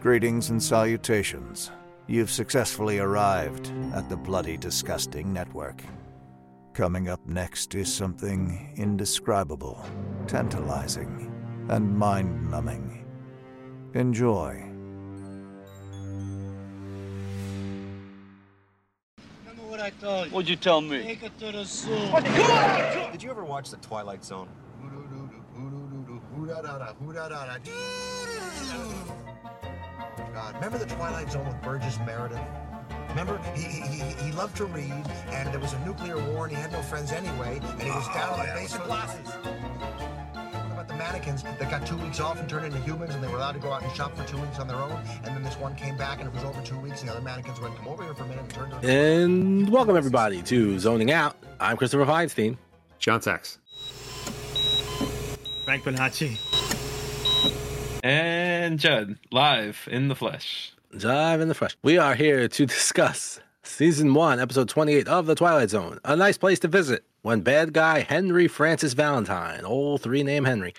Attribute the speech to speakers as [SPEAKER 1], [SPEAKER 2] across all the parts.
[SPEAKER 1] Greetings and salutations. You've successfully arrived at the Bloody Disgusting Network. Coming up next is something indescribable, tantalizing, and mind numbing. Enjoy.
[SPEAKER 2] Remember what I told you?
[SPEAKER 3] What'd you tell me?
[SPEAKER 2] Take her to the zoo.
[SPEAKER 4] Did you ever watch The Twilight Zone? God, remember The Twilight Zone with Burgess Meredith? Remember, he, he, he, he loved to read, and there was a nuclear war, and he had no friends anyway, and he was down on the basement glasses. What about the mannequins that got two weeks off and turned into humans, and they were allowed to go out and shop for two weeks on their own, and then this one came back, and it was over two weeks, and the other mannequins went, come over here for a minute, and turned to...
[SPEAKER 5] And welcome everybody to Zoning Out. I'm Christopher Feinstein.
[SPEAKER 6] John Sachs.
[SPEAKER 7] Frank Bonacci.
[SPEAKER 8] And Judd, live in the flesh.
[SPEAKER 5] Jive in the fresh. We are here to discuss season one, episode 28 of The Twilight Zone. A nice place to visit when bad guy Henry Francis Valentine, old three name Henry,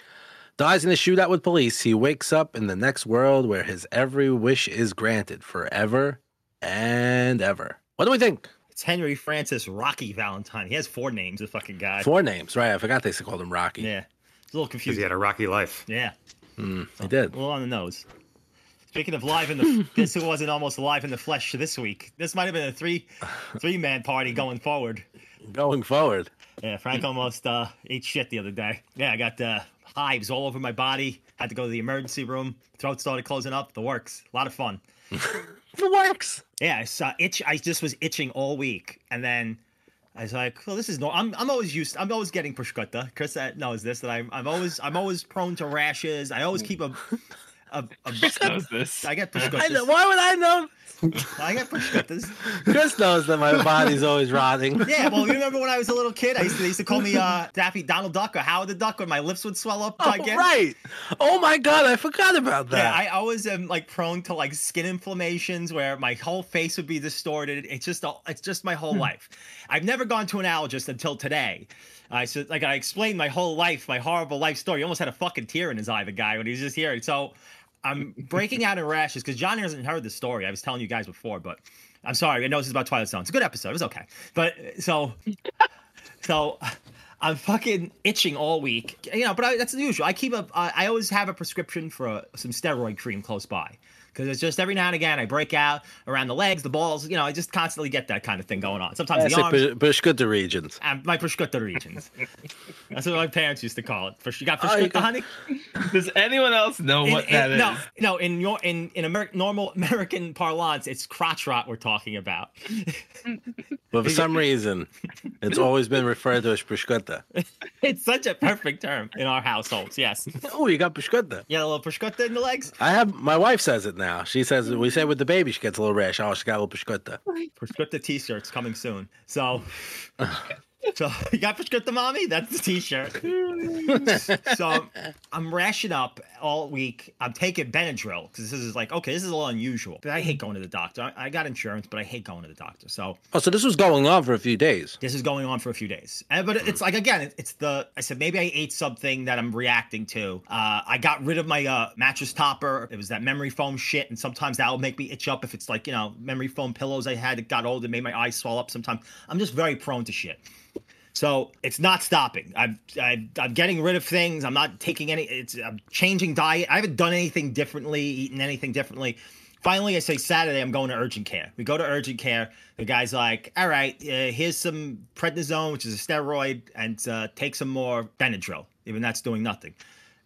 [SPEAKER 5] dies in a shootout with police. He wakes up in the next world where his every wish is granted forever and ever. What do we think?
[SPEAKER 7] It's Henry Francis Rocky Valentine. He has four names, the fucking guy.
[SPEAKER 5] Four names, right? I forgot they called him Rocky.
[SPEAKER 7] Yeah. It's a little
[SPEAKER 6] Because he
[SPEAKER 7] confusing.
[SPEAKER 6] had a rocky life.
[SPEAKER 7] yeah.
[SPEAKER 5] I did.
[SPEAKER 7] A little on the nose. Speaking of live in the guess who wasn't almost live in the flesh this week. This might have been a three three man party going forward.
[SPEAKER 5] Going forward.
[SPEAKER 7] Yeah, Frank almost uh, ate shit the other day. Yeah, I got uh, hives all over my body. Had to go to the emergency room. Throat started closing up. The works. A lot of fun.
[SPEAKER 5] It works.
[SPEAKER 7] Yeah, I saw itch. I just was itching all week, and then I was like, "Well, this is no." I'm I'm always used. I'm always getting prosciutto. Chris that knows this. That I'm I'm always I'm always prone to rashes. I always keep a a, a
[SPEAKER 8] Knows this.
[SPEAKER 7] I get prosciutto.
[SPEAKER 5] I know, why would I know?
[SPEAKER 7] I get prosciutto.
[SPEAKER 5] Chris knows that my body's always rotting.
[SPEAKER 7] Yeah, well, you remember when I was a little kid? I used to, they used to call me uh, Daffy Donald Duck or Howard the Duck when my lips would swell up.
[SPEAKER 5] Oh,
[SPEAKER 7] I guess.
[SPEAKER 5] right. Oh my god, I forgot about
[SPEAKER 7] Yeah,
[SPEAKER 5] that.
[SPEAKER 7] I always am like prone to like skin inflammations where my whole face would be distorted. It's just all it's just my whole life. I've never gone to an allergist until today. I so like I explained my whole life, my horrible life story. He almost had a fucking tear in his eye, the guy, when he was just here. And so I'm breaking out in rashes because John hasn't heard the story. I was telling you guys before, but I'm sorry. I know this is about Twilight Zone. It's a good episode. It was okay. But so so I'm fucking itching all week, you know. But I, that's the usual. I keep a, I I always have a prescription for uh some steroid cream close by, because it's just every now and again I break out around the legs, the balls. You know, I just constantly get that kind of thing going on. Sometimes
[SPEAKER 5] That's
[SPEAKER 7] the
[SPEAKER 5] it,
[SPEAKER 7] arms,
[SPEAKER 5] Bush- Bushkuta regions.
[SPEAKER 7] and my prosciutto regions. that's what my parents used to call it. Pros- You got
[SPEAKER 5] Oh, you
[SPEAKER 7] prosciutto,
[SPEAKER 5] got-
[SPEAKER 7] honey?
[SPEAKER 8] Does anyone else know
[SPEAKER 7] In-
[SPEAKER 8] what
[SPEAKER 7] in-
[SPEAKER 8] that is?
[SPEAKER 7] No, no. In your in in Amer- normal American parlance, it's crotch rot we're talking about.
[SPEAKER 5] But for some reason, it's always been referred to as Bushkuta.
[SPEAKER 7] it's such a perfect term in our households. Yes, you
[SPEAKER 5] Oh, you got Bushkuta.
[SPEAKER 7] got a little prosciutto in the legs.
[SPEAKER 5] I have my wife says it now. She says we say with the baby she gets a little rash. Oh, she got a little Bushkuta.
[SPEAKER 7] prescriptive t-shirts coming soon. So, so you got prescriptive mommy? That's the t-shirt. so I'm rashing up all week. I'm taking Benadryl because this is like, okay, this is a little unusual. But I hate going to the doctor. I, I got insurance, but I hate going to the doctor. So
[SPEAKER 5] Oh, so this was going on for a few days.
[SPEAKER 7] this is going on for a few days. And, but it's like again, it- it's the I said maybe I ate something that I'm reacting to. Uh, I got rid of my uh, mattress topper. It was that memory foam shit, and sometimes that will make me itch up if it's like you know memory foam pillows I had that got old and made my eyes swell up. Sometimes I'm just very prone to shit. So it's not stopping. I'm, I'm I'm getting rid of things. I'm not taking any. It's I'm changing diet. I haven't done anything differently, eaten anything differently. Finally, I say Saturday I'm going to urgent care. We go to urgent care. The guy's like, "All right, uh, here's some prednisone, which is a steroid, and uh, take some more Benadryl. Even that's doing nothing."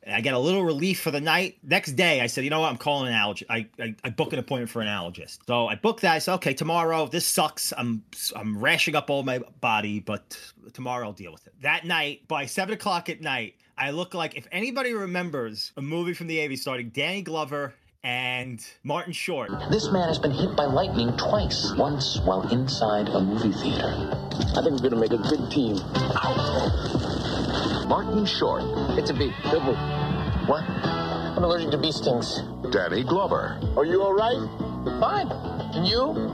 [SPEAKER 7] I get a little relief for the night. Next day, I said, you know what? I'm calling an allergist. I, I, I book an appointment for an allergist. So I booked that. I said, okay, tomorrow, this sucks. I'm I'm rashing up all my body, but tomorrow I'll deal with it. That night, by seven o'clock at night, I look like if anybody remembers a movie from the 80s starting Danny Glover and Martin Short.
[SPEAKER 9] This man has been hit by lightning twice. Once while inside a movie theater. I think we're gonna make a good team. Martin Short. It's a bee. What? I'm allergic to bee stings.
[SPEAKER 10] Danny Glover,
[SPEAKER 9] Are you all right? Fine. And you?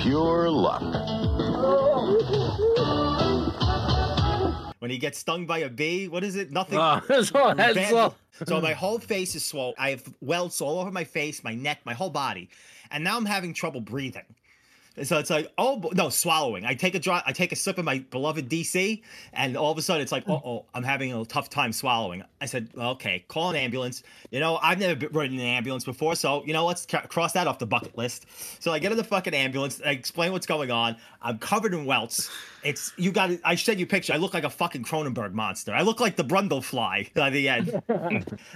[SPEAKER 10] pure luck.
[SPEAKER 7] When when he gets stung by a bee. What is it? Nothing.
[SPEAKER 5] Oh, it's all
[SPEAKER 7] Bad-
[SPEAKER 5] that's all.
[SPEAKER 7] so my whole face is swollen. I have welts all over my face, my neck, my whole body, and now I'm having trouble breathing. So it's like, oh bo- no, swallowing. I take a dry, I take a sip of my beloved DC, and all of a sudden it's like, oh, I'm having a tough time swallowing. I said, okay, call an ambulance. You know, I've never been ridden an ambulance before, so you know, let's ca- cross that off the bucket list. So I get in the fucking ambulance. I explain what's going on. I'm covered in welts. It's you got. I showed you a picture. I look like a fucking Cronenberg monster. I look like the Brundle fly by the end.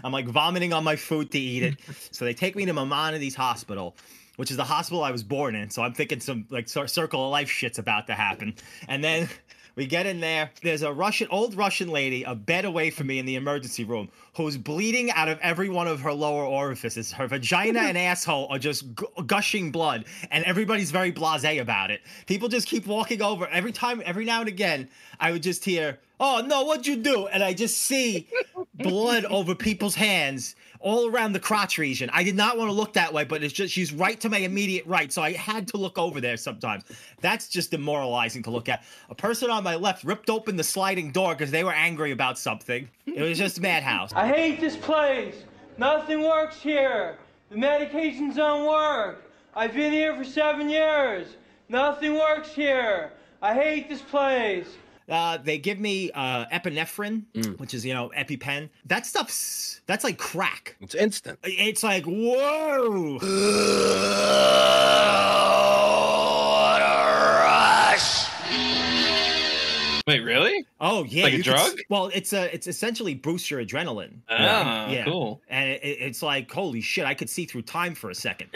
[SPEAKER 7] I'm like vomiting on my food to eat it. So they take me to Maimonides Hospital, which is the hospital I was born in. So I'm thinking some like cir- circle of life shit's about to happen. And then we get in there. There's a Russian, old Russian lady, a bed away from me in the emergency room, who's bleeding out of every one of her lower orifices. Her vagina and asshole are just gu- gushing blood, and everybody's very blasé about it. People just keep walking over. Every time, every now and again, I would just hear, "Oh no, what'd you do?" And I just see blood over people's hands all around the crotch region. I did not want to look that way, but it's just she's right to my immediate right, so I had to look over there sometimes. That's just demoralizing to look at. A person on my left ripped open the sliding door because they were angry about something. It was just madhouse.
[SPEAKER 3] I hate this place. Nothing works here. The medications don't work. I've been here for seven years. Nothing works here. I hate this place.
[SPEAKER 7] Uh, they give me uh, epinephrine,
[SPEAKER 8] Mm.
[SPEAKER 7] which is you know EpiPen. That stuff's that's like crack.
[SPEAKER 5] It's instant.
[SPEAKER 7] It's like whoa.
[SPEAKER 8] Wait, really?
[SPEAKER 7] Oh yeah,
[SPEAKER 8] Like a
[SPEAKER 7] you could s-
[SPEAKER 8] drug?
[SPEAKER 7] well, it's a it's essentially boosts your adrenaline.
[SPEAKER 8] Ah,
[SPEAKER 7] Yeah.
[SPEAKER 8] cool.
[SPEAKER 7] And it, it- it's like, holy shit, I could see through time for a second.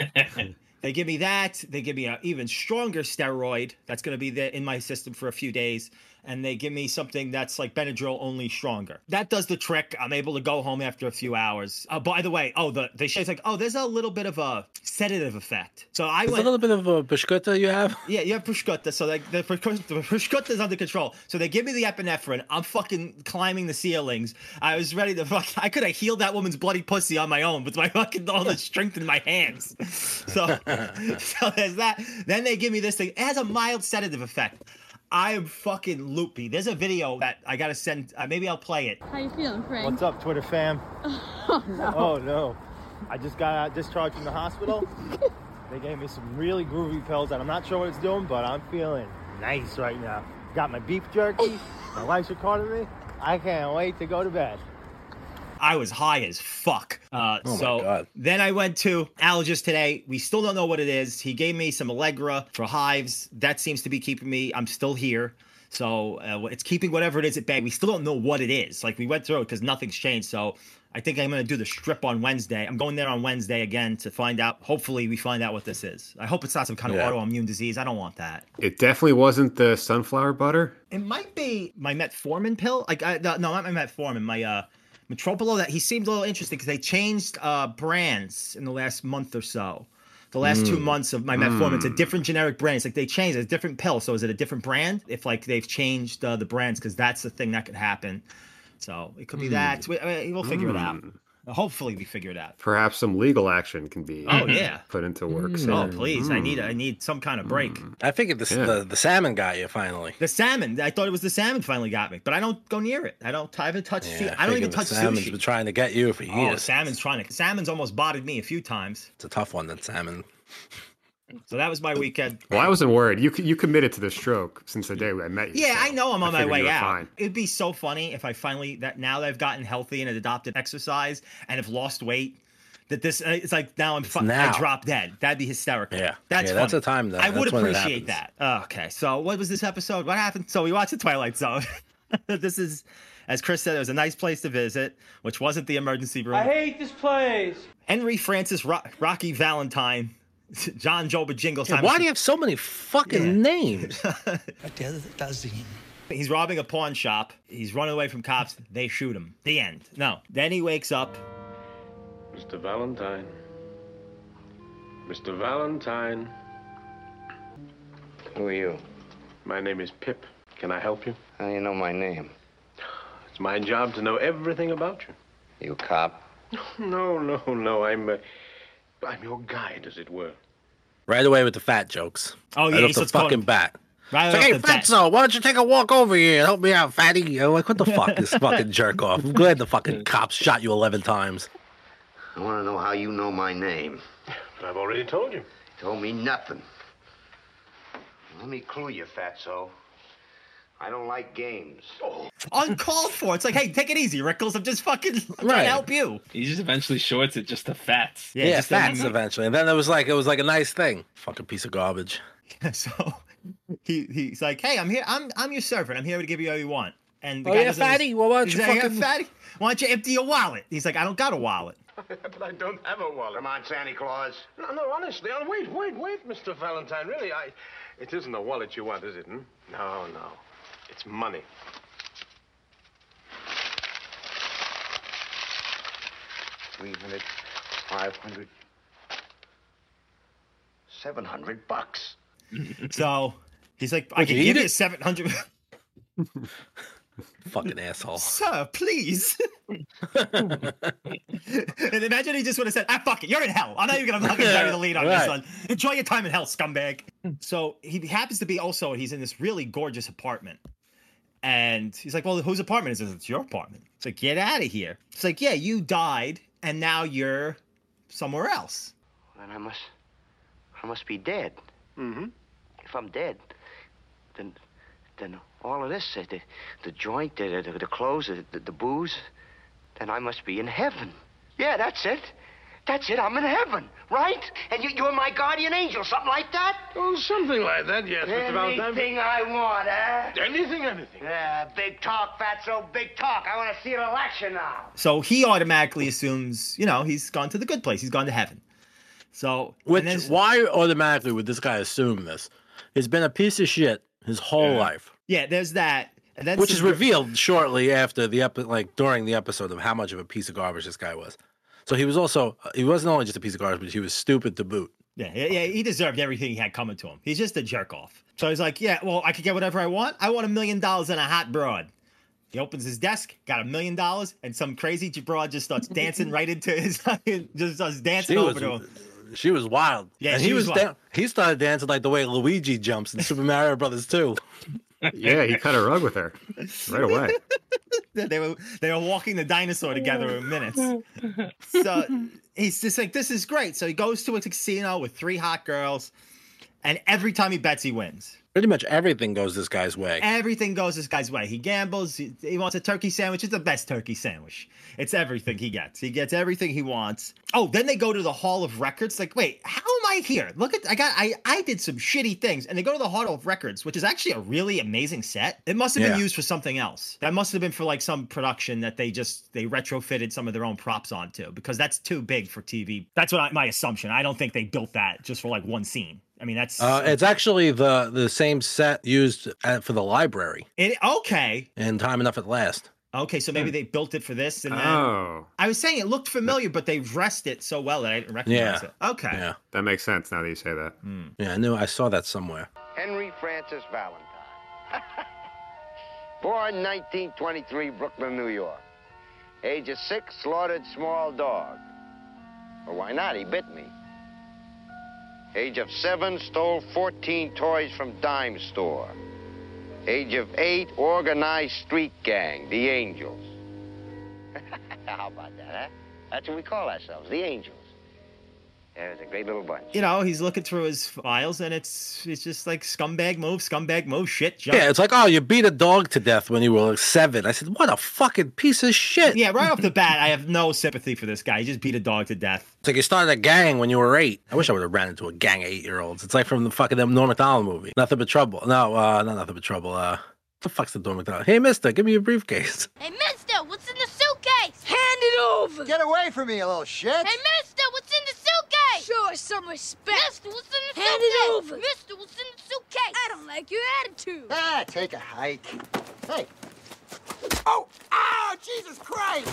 [SPEAKER 7] they give me that. They give me an even stronger steroid that's going to be there in my system for a few days. And they give me something that's like Benadryl, only stronger. That does the trick. I'm able to go home after a few hours. Oh, by the way, oh, the they shit's like, oh, there's a little bit of a sedative effect. So I
[SPEAKER 5] It's a
[SPEAKER 7] went.
[SPEAKER 5] little bit of a bishkota you have.
[SPEAKER 7] Yeah, you have Pushkutta, so like the Pushkutta is under control. So they give me the epinephrine. I'm fucking climbing the ceilings. I was ready to fuck. I could have healed that woman's bloody pussy on my own with my fucking all the strength in my hands. So, so there's that. Then they give me this thing. It has a mild sedative effect. I'm fucking loopy. There's a video that I gotta send. Uh, maybe I'll play it.
[SPEAKER 6] How you feeling, Frank?
[SPEAKER 10] What's up, Twitter fam? Oh no. I just got out discharged from the hospital. they gave me some really groovy pills that I'm not sure what it's doing, but I'm feeling nice right now. Got my beef jerky. my wife's recording me. I can't wait to go to bed.
[SPEAKER 7] I was high as fuck. Uh,
[SPEAKER 5] Oh my
[SPEAKER 7] so
[SPEAKER 5] God.
[SPEAKER 7] then I went to allergist today. We still don't know what it is. He gave me some Allegra for hives. That seems to be keeping me. I'm still here. So uh, it's keeping whatever it is at bay. We still don't know what it is. Like we went through it because nothing's changed. So I think I'm going to do the strip on Wednesday. I'm going there on Wednesday again to find out. Hopefully, we find out what this is. I hope it's not some kind
[SPEAKER 5] Yeah.
[SPEAKER 7] of autoimmune disease. I don't want that.
[SPEAKER 11] It definitely wasn't the sunflower butter.
[SPEAKER 7] It might be my metformin pill. Like I, no, not my metformin. My uh, Metropolo. That he seemed a little interesting because they changed uh brands in the last month or so. The last two months of my metformin, it's a different generic brand. It's like they changed it's a different pill. So is it a different brand? If like they've changed uh, the brands, because that's the thing that could happen. So it could be that. We, I mean, we'll figure it out. Hopefully, we figure it out.
[SPEAKER 11] Perhaps some legal action can be
[SPEAKER 7] Oh yeah.
[SPEAKER 11] put into work.
[SPEAKER 7] Oh
[SPEAKER 11] soon.
[SPEAKER 7] please, I need I need some kind of break.
[SPEAKER 5] I figured this,
[SPEAKER 11] Yeah.
[SPEAKER 5] the the salmon got you finally.
[SPEAKER 7] The salmon. I thought it was the salmon finally got me, but I don't go near it. I don't. I haven't touched. sea- I don't even
[SPEAKER 5] figured the
[SPEAKER 7] touch
[SPEAKER 5] salmon's
[SPEAKER 7] sushi.
[SPEAKER 5] been trying to get you for
[SPEAKER 7] Oh,
[SPEAKER 5] years.
[SPEAKER 7] salmon's trying to. Salmon's almost bodied me a few times.
[SPEAKER 5] It's a tough one. That salmon.
[SPEAKER 7] So that was my weekend.
[SPEAKER 11] Well, I wasn't worried. You you committed to the stroke since the day I met you.
[SPEAKER 7] Yeah,
[SPEAKER 11] so
[SPEAKER 7] I know I'm on my
[SPEAKER 11] figured you
[SPEAKER 7] way
[SPEAKER 11] were
[SPEAKER 7] out.
[SPEAKER 11] fine.
[SPEAKER 7] It'd be so funny if I finally that now that I've gotten healthy and adopted exercise and have lost weight. That this uh, it's like now I'm fu-
[SPEAKER 5] now.
[SPEAKER 7] I drop dead. That'd be hysterical.
[SPEAKER 5] Yeah.
[SPEAKER 7] that's
[SPEAKER 5] Yeah, that's
[SPEAKER 7] funny.
[SPEAKER 5] the time, though.
[SPEAKER 7] I would
[SPEAKER 5] That's when it
[SPEAKER 7] appreciate that. Oh,
[SPEAKER 5] happens.
[SPEAKER 7] Okay, so what was this episode? What happened? So we watched the Twilight Zone. this is, as Chris said, it was a nice place to visit, which wasn't the emergency room.
[SPEAKER 3] I hate this place.
[SPEAKER 7] Henry Francis Ro- Rocky Valentine, John Joba Jingle. Simon
[SPEAKER 5] Why do you have so many fucking names?
[SPEAKER 7] He's robbing a pawn shop. He's running away from cops. They shoot him. The end. No. Then he wakes up.
[SPEAKER 11] Mr. Valentine. Mr. Valentine.
[SPEAKER 9] Who are you?
[SPEAKER 11] My name is Pip. Can I help you?
[SPEAKER 9] How do you know my name?
[SPEAKER 11] It's my job to know everything about you.
[SPEAKER 9] You cop?
[SPEAKER 11] No, no, no. I'm uh, I'm your guide, as it were.
[SPEAKER 5] right away with the fat jokes.
[SPEAKER 7] Oh,
[SPEAKER 5] right
[SPEAKER 7] yeah, Oh, he
[SPEAKER 5] off the
[SPEAKER 7] starts calling
[SPEAKER 5] fucking
[SPEAKER 7] him-
[SPEAKER 5] bat.
[SPEAKER 7] Right
[SPEAKER 5] It's like,
[SPEAKER 7] off
[SPEAKER 5] hey,
[SPEAKER 7] the bat.
[SPEAKER 5] Fatso, why don't you take a walk over here and help me out, fatty? I'm like, what the fuck, this fucking jerk off? I'm glad the fucking cops shot you 11 times.
[SPEAKER 6] I want to know how you know my name. But I've already told you. told me nothing. Let me clue you, Fatso. I don't like games. Oh.
[SPEAKER 7] Uncalled for. It's like, hey, take it easy, Rickles. I'm just fucking I'm trying
[SPEAKER 5] Right.
[SPEAKER 7] to help you.
[SPEAKER 8] He just eventually shorts it just to fats.
[SPEAKER 5] Yeah, fats eventually. And then it was like, it was like a nice thing. Fucking piece of garbage.
[SPEAKER 7] so he he's like, hey, I'm here. I'm I'm your servant. I'm here to give you all you want. And the
[SPEAKER 5] Oh,
[SPEAKER 7] guy
[SPEAKER 5] yeah,
[SPEAKER 7] doesn't-
[SPEAKER 5] fatty. Well, why don't
[SPEAKER 7] he's
[SPEAKER 5] you
[SPEAKER 7] like, yeah,
[SPEAKER 5] fucking-
[SPEAKER 7] fatty? Why don't you empty your wallet? He's like, I don't got a wallet.
[SPEAKER 6] but I don't have a wallet. Come on, Santa Claus.
[SPEAKER 12] No, no, honestly, oh, wait, wait, wait, Mr. Valentine. Really, I. It isn't a wallet you want, is it? Hmm? No, no. It's money.
[SPEAKER 6] Three hundred, five hundred, seven hundred bucks.
[SPEAKER 7] So he's like, I
[SPEAKER 6] Would
[SPEAKER 7] can
[SPEAKER 6] you
[SPEAKER 7] give
[SPEAKER 6] eat
[SPEAKER 7] you
[SPEAKER 6] it?
[SPEAKER 7] seven hundred.
[SPEAKER 5] Fucking asshole.
[SPEAKER 7] Sir, please. and imagine he just would have said, "Ah, fuck it, you're in hell. I'm not even gonna fucking carry the lead on
[SPEAKER 5] Right. Hmm.
[SPEAKER 7] this one. Enjoy your time in hell, scumbag." So he happens to be also he's in this really gorgeous apartment, and he's like, "Well, whose apartment is this? It's your apartment." It's like, "Get out of here." It's like, "Yeah, you died, and now you're somewhere else."
[SPEAKER 6] Then I must, I must be dead. Mm-hmm. If I'm dead, then, then all of this, uh, the, the joint, the, the, the clothes, uh, the, the, the booze, then I must be in heaven. Yeah, that's it. That's it. I'm in heaven, right? And you, you're my guardian angel, something like that.
[SPEAKER 12] Oh, something like that, yes, Mr. Valentine.
[SPEAKER 6] Anything I want, eh?
[SPEAKER 12] Anything, anything.
[SPEAKER 6] Yeah, big talk, Fatso, big talk. I want to see it in action now.
[SPEAKER 7] So he automatically assumes, you know, he's gone to the good place. He's gone to heaven. So
[SPEAKER 5] Which why automatically would this guy assume this? He's been a piece of shit his whole life,
[SPEAKER 7] yeah, there's that. And that's
[SPEAKER 5] which
[SPEAKER 7] the-
[SPEAKER 5] is revealed shortly after the epi- like during the episode of how much of a piece of garbage this guy was. So he was also he wasn't only just a piece of garbage, but he was stupid to boot.
[SPEAKER 7] Yeah, yeah, yeah, he deserved everything he had coming to him. He's just a jerk off. So he's like, yeah, well, I could get whatever I want. I want a million dollars and a hot broad. He opens his desk, got a million dollars, and some crazy j- broad just starts dancing right into his, just starts dancing
[SPEAKER 5] She
[SPEAKER 7] over
[SPEAKER 5] was,
[SPEAKER 7] to him.
[SPEAKER 5] she was wild.
[SPEAKER 7] Yeah,
[SPEAKER 5] and
[SPEAKER 7] she
[SPEAKER 5] he
[SPEAKER 7] was
[SPEAKER 5] was,
[SPEAKER 7] wild.
[SPEAKER 5] dan- he started dancing like the way Luigi jumps in Super Mario Brothers too.
[SPEAKER 11] Yeah, he cut a rug with her right away.
[SPEAKER 7] They were they were walking the dinosaur together in minutes. So he's just like, this is great. So he goes to a casino with three hot girls, and every time he bets, he wins.
[SPEAKER 5] Pretty much everything goes this guy's way.
[SPEAKER 7] Everything goes this guy's way. He gambles. He, he wants a turkey sandwich. It's the best turkey sandwich. It's everything he gets. He gets everything he wants. Oh, then they go to the Hall of Records. Like, wait, how am I here? Look at I got I I did some shitty things, and they go to the Hall of Records, which is actually a really amazing set. It must have been
[SPEAKER 5] Yeah.
[SPEAKER 7] used for something else. That must have been for like some production that they just they retrofitted some of their own props onto because that's too big for TV. That's what I, my assumption. I don't think they built that just for like one scene. I mean, that's
[SPEAKER 5] Uh, it's actually the the same set used at, for the library
[SPEAKER 7] it, okay.
[SPEAKER 5] in Time Enough at Last.
[SPEAKER 7] Okay, so maybe they built it for this, and then
[SPEAKER 11] Oh.
[SPEAKER 7] I was saying it looked familiar, but they dressed it so well that I didn't recognize
[SPEAKER 5] Yeah.
[SPEAKER 7] it. Okay, Hmm.
[SPEAKER 5] Yeah,
[SPEAKER 11] that makes sense now that you say that.
[SPEAKER 5] Yeah, I knew I saw that somewhere.
[SPEAKER 6] Henry Francis Valentine. Born 1923, Brooklyn, New York. Age of six, slaughtered small dog. Well, why not? He bit me. Age of seven, stole 14 toys from dime store. Age of eight, organized street gang, the Angels. How about that, huh? That's what we call ourselves, the Angels. There's a great little bunch.
[SPEAKER 7] you know he's looking through his files, and it's it's just like scumbag move, scumbag move, shit. Jump.
[SPEAKER 5] Yeah, it's like, oh, you beat a dog to death when you were like seven. I said, what a fucking piece of shit.
[SPEAKER 7] yeah. Right off the bat, I have no sympathy for this guy. He just beat a dog to death.
[SPEAKER 5] It's like you started a gang when you were eight. I wish I would have ran into a gang of eight year olds. It's like from the fucking um, Norm McDonald movie. Nothing but trouble. No, uh, not nothing but trouble. Uh, the fuck's the Norm McDonald? Hey, mister, give me your briefcase.
[SPEAKER 13] Hey, mister, what's in the suitcase?
[SPEAKER 14] Hand it over! Get away from me, you little shit!
[SPEAKER 13] Hey, mister, what's in the suitcase? Show us some respect. Mister, what's in the
[SPEAKER 14] Hand
[SPEAKER 13] suitcase?
[SPEAKER 14] it over.
[SPEAKER 13] Mister, what's in the suitcase? I don't like your attitude.
[SPEAKER 14] Ah, take a hike. Hey. Oh! Ow! Jesus Christ!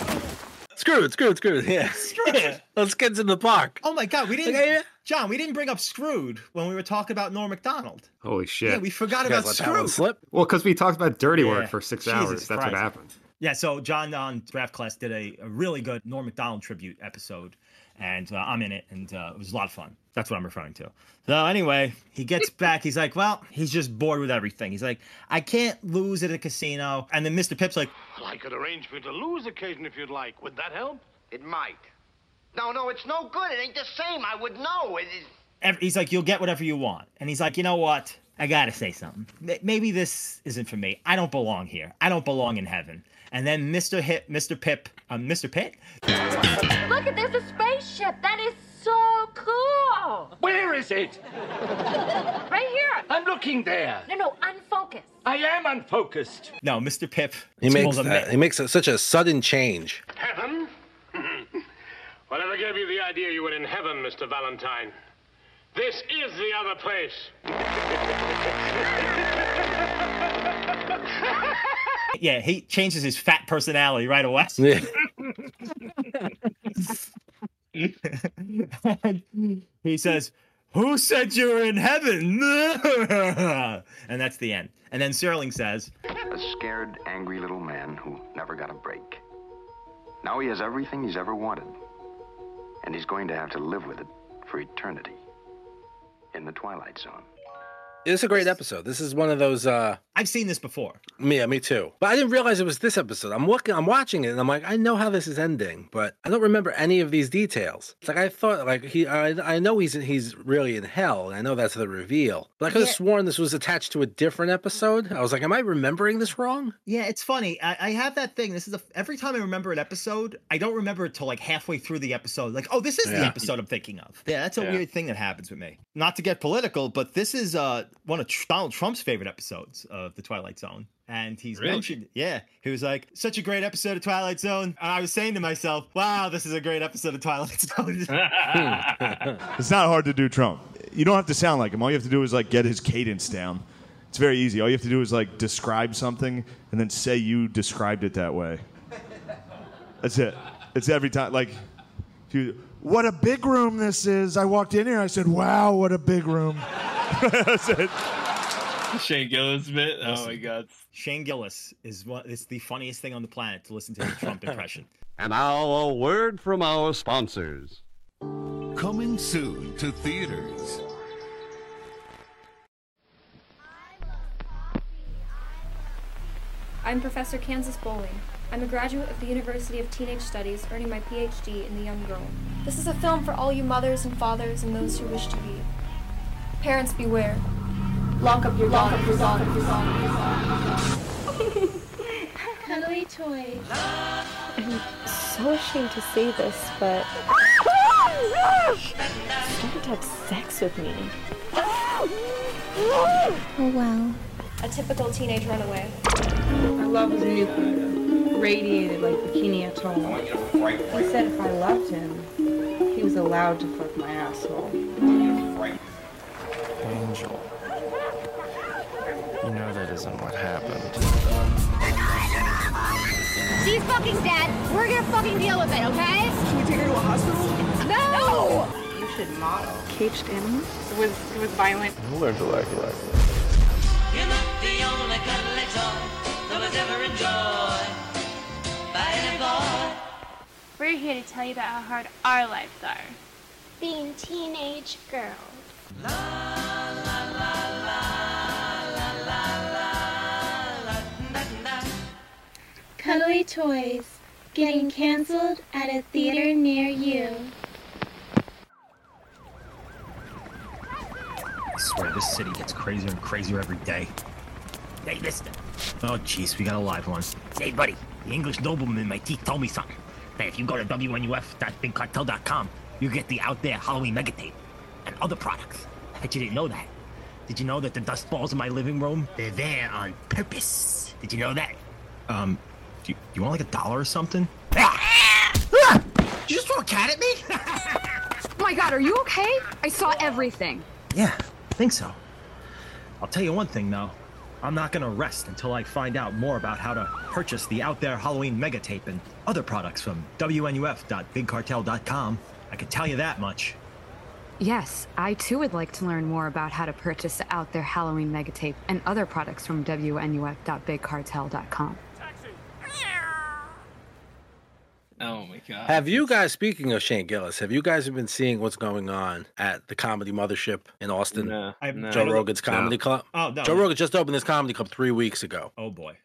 [SPEAKER 5] Screw it, screw it, screw it. Yeah. yeah. Let's get in the park.
[SPEAKER 7] Oh my god, we didn't,
[SPEAKER 5] Okay, yeah.
[SPEAKER 7] John. We didn't bring up Screwed when we were talking about Norm Macdonald.
[SPEAKER 11] Holy shit.
[SPEAKER 7] Yeah, we forgot
[SPEAKER 11] You
[SPEAKER 7] about
[SPEAKER 11] guys let that one
[SPEAKER 7] Screwed.
[SPEAKER 11] slip? Well, because we talked about dirty
[SPEAKER 7] Yeah.
[SPEAKER 11] work for six
[SPEAKER 7] Jesus
[SPEAKER 11] hours. That's what
[SPEAKER 7] Christ.
[SPEAKER 11] happened.
[SPEAKER 7] um, Yeah, so John on Draft Class did a, a really good Norm MacDonald tribute episode. and uh, I'm in it, and uh, it was a lot of fun. That's what I'm referring to. So anyway, he gets back. He's like, well, he's just bored with everything. He's like, I can't lose at a casino. And then Mr. Pip's like,
[SPEAKER 8] Well, I could arrange for you to lose occasion if you'd like. Would that help?
[SPEAKER 15] It might. No, no, it's no good. It ain't the same. I would know. It is.
[SPEAKER 7] ev- he's like, you'll get whatever you want. And he's like, you know what? I gotta say something. May- Maybe this isn't for me. I don't belong here. I don't belong in heaven. And then Mr. Hip, Mr. Pip, um, Mr. Pitt,
[SPEAKER 16] Look at there's a spaceship. That is so cool.
[SPEAKER 17] Where is it?
[SPEAKER 16] Right here.
[SPEAKER 17] I'm looking there.
[SPEAKER 16] No, no, unfocus.
[SPEAKER 17] I am unfocused.
[SPEAKER 7] No, Mr. Pip.
[SPEAKER 5] He makes
[SPEAKER 7] Smells
[SPEAKER 5] that-
[SPEAKER 7] amazing.
[SPEAKER 5] he makes a- such a sudden change.
[SPEAKER 8] Heaven? Whatever gave you the idea you were in heaven, Mr. Valentine? This is the other place.
[SPEAKER 7] yeah, he changes his fat personality right away. And he says, Who said you were in heaven? and that's the end. And then Serling says,
[SPEAKER 6] A scared, angry little man who never got a break. Now he has everything he's ever wanted, and he's going to have to live with it for eternity in the Twilight Zone.
[SPEAKER 5] It's a great episode. This is one of those. uh
[SPEAKER 7] I've seen this before.
[SPEAKER 5] Yeah, me too. But I didn't realize it was this episode. I'm looking, I'm watching it, and I'm like, I know how this is ending, but I don't remember any of these details. It's like I thought, like he, I, I know he's he's really in hell, and I know that's the reveal. But I could have
[SPEAKER 7] Yeah.
[SPEAKER 5] sworn this was attached to a different episode. I was like, am I remembering this wrong?
[SPEAKER 7] Yeah, it's funny. I, I have that thing. This is the every time I remember an episode, I don't remember it till like halfway through the episode. Like, oh, this is the
[SPEAKER 5] Yeah.
[SPEAKER 7] episode I'm thinking of. Yeah, that's a
[SPEAKER 5] Yeah.
[SPEAKER 7] weird thing that happens with me. Not to get political, but this is uh one of Tr- Donald Trump's favorite episodes of The Twilight Zone. And he's
[SPEAKER 18] Really?
[SPEAKER 7] mentioned, yeah, he was like, such a great episode of Twilight Zone. And I was saying to myself, wow, this is a great episode of Twilight Zone.
[SPEAKER 11] It's not hard to do Trump. You don't have to sound like him. All you have to do is like get his cadence down. It's very easy. All you have to do is like describe something and then say you described it that way. That's it. It's every time like if you, what a big room this is. I walked in here, I said, Wow, what a big room. That's it.
[SPEAKER 18] Shane Gillis bit. Oh my god.
[SPEAKER 7] Shane Gillis is one, it's the funniest thing on the planet to listen to his Trump impression.
[SPEAKER 19] And now, a word from our sponsors. Coming soon to theaters.
[SPEAKER 9] I'm Professor Kansas Bowling. I'm a graduate of the University of Teenage Studies, earning my PhD in The Young Girl. This is a film for all you mothers and fathers and those who wish to be. Parents beware. Lock up your lock up your lock up your
[SPEAKER 20] Cuddly toy. I'm so ashamed to say this, but. Started to have sex with me.
[SPEAKER 9] Oh wow. A typical teenage runaway.
[SPEAKER 21] I love his new radiated like bikini atoll. He said if I loved him, he was allowed to fuck my asshole.
[SPEAKER 22] Angel. You know that isn't what happened.
[SPEAKER 23] She's fucking dead. We're gonna fucking deal with it, okay? Should we take her to a hospital? No!
[SPEAKER 21] You should model caged animals. It was it was violent.
[SPEAKER 22] I learned to like it.
[SPEAKER 24] You're not the only cuddly toy that was ever enjoyed by any boy.
[SPEAKER 21] We're here to tell you about how hard our lives are.
[SPEAKER 25] Being teenage girl. Cuddly Toys, getting canceled at a theater near you.
[SPEAKER 26] Oh
[SPEAKER 7] I swear, this city gets crazier and crazier every day. Hey, listen. Oh, jeez, we got a live one. Hey, buddy, the English nobleman in my teeth told me something. That if you go to WNUF.BigCartel.com, you get the Out There Halloween Mega Tape and other products. I bet you didn't know that. Did you know that the dust balls in my living room, they're there on purpose? Did you know that? Um, do you, you want like a dollar or something? Ah! you just throw a cat at me?
[SPEAKER 26] my god, are you okay? I saw everything.
[SPEAKER 7] Yeah, I think so. I'll tell you one thing though. I'm not gonna rest until I find out more about how to purchase the Out There Halloween Mega Tape and other products from WNUF.BigCartel.com. I can tell you that much.
[SPEAKER 26] Yes, I too would like to learn more about how to purchase the out there Halloween megatape and other products from WNUF.BigCartel.com.
[SPEAKER 18] Oh my
[SPEAKER 8] God.
[SPEAKER 5] Have you guys, speaking of Shane Gillis, have you guys been seeing what's going on at the Comedy Mothership in Austin?
[SPEAKER 8] No, I have no.
[SPEAKER 5] Joe Rogan's Comedy
[SPEAKER 7] No.
[SPEAKER 5] Club.
[SPEAKER 7] Oh, no.
[SPEAKER 5] Joe Rogan just opened his Comedy Club three weeks ago.
[SPEAKER 7] Oh boy.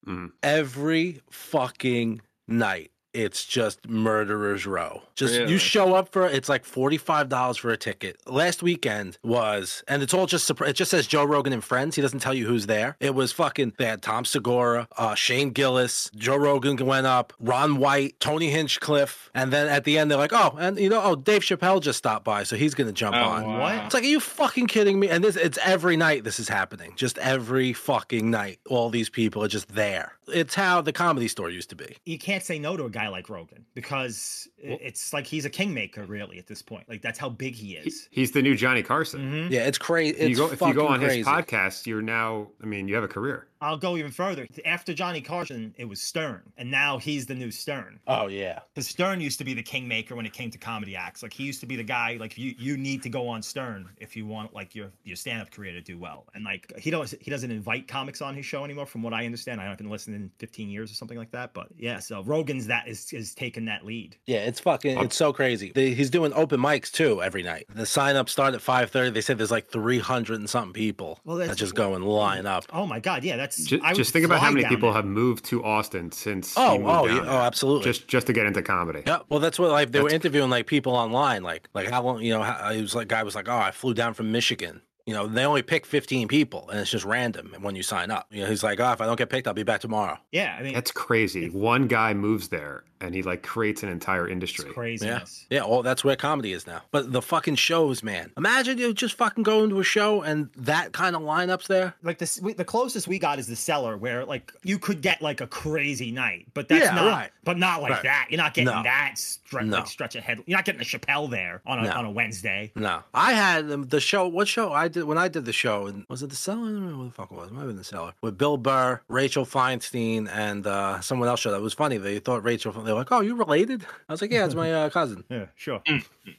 [SPEAKER 5] Every fucking night, it's just murderers row. Just
[SPEAKER 8] Really?
[SPEAKER 5] you show up for it's like forty five dollars for a ticket. Last weekend was, and it's all just surpri- it just says Joe Rogan and friends. He doesn't tell you who's there. It was fucking they had Tom Segura, uh, Shane Gillis, Joe Rogan went up, Ron White, Tony Hinchcliffe, and then at the end they're like, oh, and you know, oh, Dave Chappelle just stopped by, so he's gonna jump
[SPEAKER 8] Oh,
[SPEAKER 5] on.
[SPEAKER 8] wow.
[SPEAKER 5] It's like, are you fucking kidding me? And this it's every night this is happening. Just every fucking night, all these people are just there. It's how the comedy store used to be.
[SPEAKER 7] You can't say no to a guy like Rogan because i- it's like he's a kingmaker, really, at this point. Like that's how big he is.
[SPEAKER 11] He's the new Johnny Carson.
[SPEAKER 7] Mm-hmm.
[SPEAKER 5] Yeah, it's crazy.
[SPEAKER 11] If Hmm? you
[SPEAKER 7] it's
[SPEAKER 11] go, if you go
[SPEAKER 7] fucking
[SPEAKER 11] on
[SPEAKER 7] crazy.
[SPEAKER 11] his podcast, you're now. I mean, you have a career.
[SPEAKER 7] I'll go even further. After Johnny Carson, it was Stern, and now he's the new Stern.
[SPEAKER 5] Oh yeah.
[SPEAKER 7] Because Stern used to be the kingmaker when it came to comedy acts. Like he used to be the guy. Like you, you need to go on Stern if you want like your your stand up career to do well. And like he don't he doesn't invite comics on his show anymore, from what I understand. I haven't been listening in 15 years or something like that. But yeah, so Rogan's that is is taking that lead.
[SPEAKER 5] Yeah, it's fucking it's so crazy. They, he's doing open mics too every night. The sign up start at five thirty. They said there's like three hundred and something people
[SPEAKER 7] Well,
[SPEAKER 5] that
[SPEAKER 7] that's-
[SPEAKER 5] just go and line up.
[SPEAKER 7] Oh my god, yeah, that's
[SPEAKER 11] Just,
[SPEAKER 7] I would
[SPEAKER 11] just think about
[SPEAKER 7] fly
[SPEAKER 11] how many
[SPEAKER 7] down
[SPEAKER 11] people
[SPEAKER 7] there.
[SPEAKER 11] have moved to Austin since. he
[SPEAKER 5] Oh,
[SPEAKER 11] moved
[SPEAKER 5] oh,
[SPEAKER 11] down
[SPEAKER 5] yeah,
[SPEAKER 11] there.
[SPEAKER 5] oh, absolutely.
[SPEAKER 11] Just just to get into comedy.
[SPEAKER 5] Yeah, well, that's what like they were
[SPEAKER 11] That's-
[SPEAKER 5] interviewing like people online, like like how long you know how, it was like guy was like, oh, I flew down from Michigan. You know, they only pick fifteen people, and it's just random when you sign up. You know, he's like, oh, if I don't get picked, I'll be back tomorrow.
[SPEAKER 7] Yeah, I mean,
[SPEAKER 11] That's crazy. One guy moves there and he like creates an entire industry.
[SPEAKER 5] Yeah, yeah. Well, that's where comedy is now. But the fucking shows, man. Imagine you just fucking going to a show and that kind of lineups there.
[SPEAKER 7] like this we, the closest we got is the cellar where like you could get like a crazy night but that's
[SPEAKER 5] Yeah,
[SPEAKER 7] not
[SPEAKER 5] right.
[SPEAKER 7] but not like
[SPEAKER 5] Right.
[SPEAKER 7] that you're not getting
[SPEAKER 5] No.
[SPEAKER 7] that stretch
[SPEAKER 5] No.
[SPEAKER 7] like stretch ahead you're not getting a chappelle there on a,
[SPEAKER 5] No. Mm.
[SPEAKER 7] on a wednesday
[SPEAKER 5] No, I had um, the show. What show I did when I did the show? And was it the cellar? I don't know what the fuck it was. It might have been the cellar with Bill Burr, Rachel Feinstein, and uh, someone else. Show that was funny. They thought Rachel. They were like, "Oh, you related?" I was like, "Yeah, it's my uh, cousin."
[SPEAKER 7] yeah sure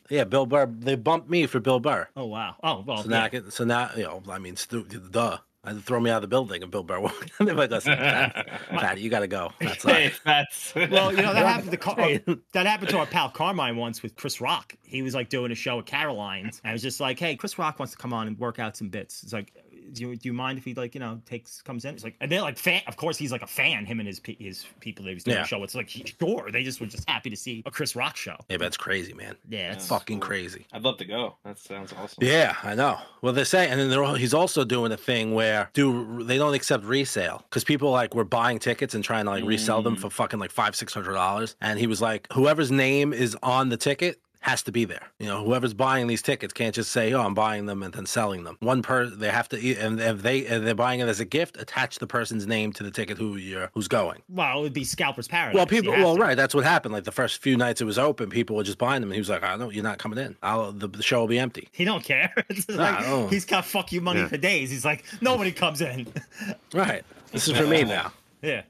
[SPEAKER 5] Yeah, Bill Burr. They bumped me for Bill Burr.
[SPEAKER 7] oh wow oh well
[SPEAKER 5] so now, I
[SPEAKER 7] yeah.
[SPEAKER 5] can, so now, you know, I mean, stu- duh. I had to throw me out of the building, and Bill Burr walked. in. Like, "Listen, Fat- Fat, you got to go. That's
[SPEAKER 8] Hey, that's
[SPEAKER 7] well you know that happened to Car- uh, that happened to our pal carmine once with chris rock he was like doing a show at caroline's and i was just like hey chris rock wants to come on and work out some bits it's like do you, do you mind if he like you know takes comes in? It's like and they're like fan. Of course, he's like a fan. Him and his pe- his people that he was doing
[SPEAKER 5] Yeah.
[SPEAKER 7] the show. It's like sure they just were just happy to see a Chris Rock show.
[SPEAKER 5] yeah, that's crazy, man.
[SPEAKER 7] Yeah,
[SPEAKER 5] that's fucking crazy.
[SPEAKER 8] I'd love to go. That sounds awesome.
[SPEAKER 5] Yeah, I know. Well, they say, and then they're, al- he's also doing a thing where do they don't accept resale because people like were buying tickets and trying to like resell them for fucking like five six hundred dollars, and he was like, whoever's name is on the ticket has to be there. You know, whoever's buying these tickets can't just say, oh, I'm buying them and then selling them. One person they have to, e- and if they if they're buying it as a gift, attach the person's name to the ticket who you're who's going.
[SPEAKER 7] Well, it would be Scalper's Paradise.
[SPEAKER 5] Well,
[SPEAKER 7] You
[SPEAKER 5] people.
[SPEAKER 7] have
[SPEAKER 5] Well,
[SPEAKER 7] to.
[SPEAKER 5] right. That's what happened. Like the first few nights it was open, people were just buying them, and he was like, "I know you're not coming in. I'll the, the show will be empty."
[SPEAKER 7] He don't care. It's just
[SPEAKER 5] Nah,
[SPEAKER 7] like,
[SPEAKER 5] I don't-
[SPEAKER 7] he's got fuck you money
[SPEAKER 5] Yeah.
[SPEAKER 7] for days. He's like, nobody comes in.
[SPEAKER 5] Right. This is for me now.
[SPEAKER 7] yeah.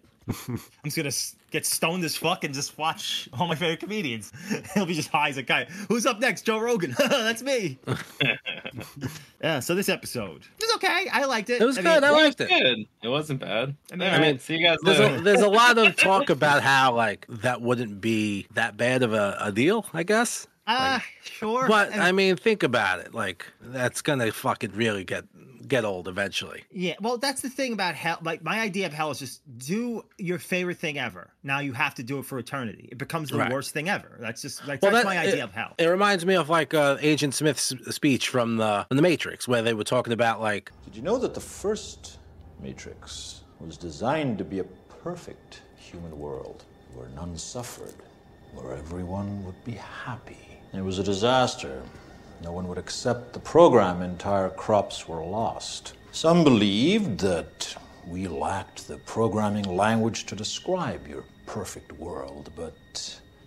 [SPEAKER 7] I'm just gonna s- get stoned as fuck and just watch all my favorite comedians. He'll be just high as a kite. Who's up next? Joe Rogan. That's me. yeah. So this episode was okay. I liked it.
[SPEAKER 5] It was good. I liked it.
[SPEAKER 8] Good. It wasn't bad.
[SPEAKER 7] I mean,
[SPEAKER 8] All right, see you guys
[SPEAKER 5] there's
[SPEAKER 8] later.
[SPEAKER 5] a, there's a lot of talk about how like that wouldn't be that bad of a, a deal, I guess.
[SPEAKER 7] Ah, sure.
[SPEAKER 5] But
[SPEAKER 7] And-
[SPEAKER 5] I mean, think about it. Like that's gonna fucking really get get old eventually.
[SPEAKER 7] Yeah, well, that's the thing about hell. Like my idea of hell is just do your favorite thing ever. Now you have to do it for eternity. It becomes the
[SPEAKER 5] Right.
[SPEAKER 7] worst thing ever. That's just like
[SPEAKER 5] Well,
[SPEAKER 7] that's
[SPEAKER 5] that-
[SPEAKER 7] my
[SPEAKER 5] it-
[SPEAKER 7] idea of hell.
[SPEAKER 5] It reminds me of like uh, Agent Smith's speech from the from the Matrix, where they were talking about like
[SPEAKER 1] Did you know that the first Matrix was designed to be a perfect human world where none suffered, where everyone would be happy? It was a disaster. No one would accept the program, entire crops were lost. Some believed that we lacked the programming language to describe your perfect world, but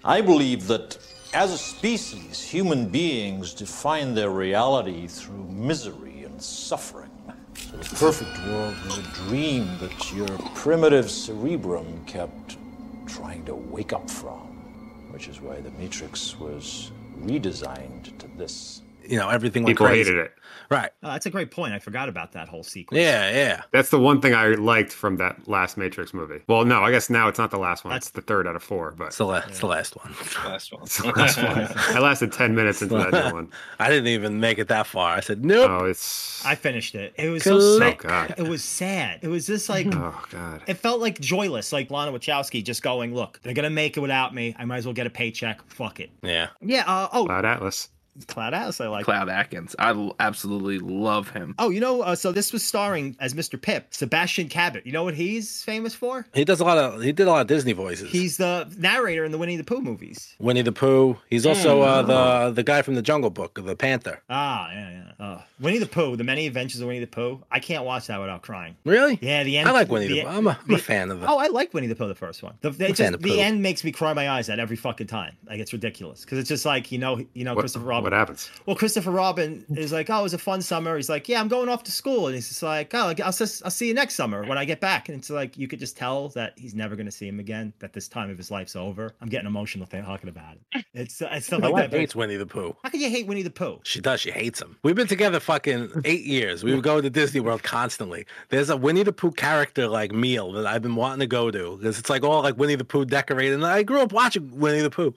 [SPEAKER 1] I believe that as a species, human beings define their reality through misery and suffering. So the perfect world was a dream that your primitive cerebrum kept trying to wake up from, which is why the Matrix was redesigned to this.
[SPEAKER 5] you know everything
[SPEAKER 11] He
[SPEAKER 5] went
[SPEAKER 11] created
[SPEAKER 5] crazy.
[SPEAKER 11] it.
[SPEAKER 5] Right.
[SPEAKER 7] Uh, that's a great point. I forgot about that whole sequence.
[SPEAKER 5] Yeah, yeah.
[SPEAKER 11] That's the one thing I liked from that last Matrix movie. Well, no, I guess now it's not the last one. it's the third out of four, but it's
[SPEAKER 5] the, la- it's the last one.
[SPEAKER 8] Last one.
[SPEAKER 11] the last one. I lasted ten minutes into that new one.
[SPEAKER 5] I didn't even make it that far. I said nope.
[SPEAKER 11] Oh, it's
[SPEAKER 7] I finished it. It was
[SPEAKER 5] Click.
[SPEAKER 7] so sad.
[SPEAKER 5] Oh, God.
[SPEAKER 7] It was sad. It was just like
[SPEAKER 11] oh god.
[SPEAKER 7] It felt like joyless, like Lana Wachowski just going, "Look, they're gonna make it without me. I might as well get a paycheck. Fuck it."
[SPEAKER 5] yeah.
[SPEAKER 7] Yeah. Uh, oh,
[SPEAKER 11] Cloud Atlas.
[SPEAKER 7] Cloud Atlas. I like.
[SPEAKER 2] Cloud Atkins. I l- absolutely love him.
[SPEAKER 7] Oh, you know, uh, so this was starring as Mr. Pip, Sebastian Cabot. You know what he's famous for?
[SPEAKER 5] He does a lot of he did a lot of Disney voices.
[SPEAKER 7] He's the narrator in the Winnie the Pooh movies.
[SPEAKER 5] Winnie the Pooh. He's also
[SPEAKER 7] Hmm.
[SPEAKER 5] uh, the the guy from the Jungle Book, the Panther.
[SPEAKER 7] Ah, yeah, yeah. Oh. Winnie the Pooh, The Many Adventures of Winnie the Pooh. I can't watch that without crying.
[SPEAKER 5] Really?
[SPEAKER 7] Yeah, the end.
[SPEAKER 5] I like Winnie the, Pooh. I'm a, I'm a
[SPEAKER 7] the-
[SPEAKER 5] fan of the.
[SPEAKER 7] Oh, I like Winnie the Pooh, the first one. The, they
[SPEAKER 5] I'm a
[SPEAKER 7] just-
[SPEAKER 5] fan of Pooh.
[SPEAKER 7] the end makes me cry my eyes out every fucking time. Like it's ridiculous because it's just like you know, you know,
[SPEAKER 11] What-
[SPEAKER 7] Christopher Robin.
[SPEAKER 11] what happens?
[SPEAKER 7] Well, Christopher Robin is like, oh, it was a fun summer. He's like, yeah, I'm going off to school, and he's just like, oh, I'll, s- I'll see you next summer when I get back. And it's like you could just tell that he's never going to see him again. That this time of his life's over. I'm getting emotional talking about it. It's uh, it's stuff
[SPEAKER 5] My
[SPEAKER 7] like
[SPEAKER 5] wife
[SPEAKER 7] that. but-
[SPEAKER 5] hates Winnie the Pooh.
[SPEAKER 7] How could you hate Winnie the Pooh?
[SPEAKER 5] She does. She hates him. We've been together fucking eight years. We would go to Disney World constantly. There's a Winnie the Pooh character like meal that I've been wanting to go to because it's like all like Winnie the Pooh decorated. And I grew up watching Winnie the Pooh.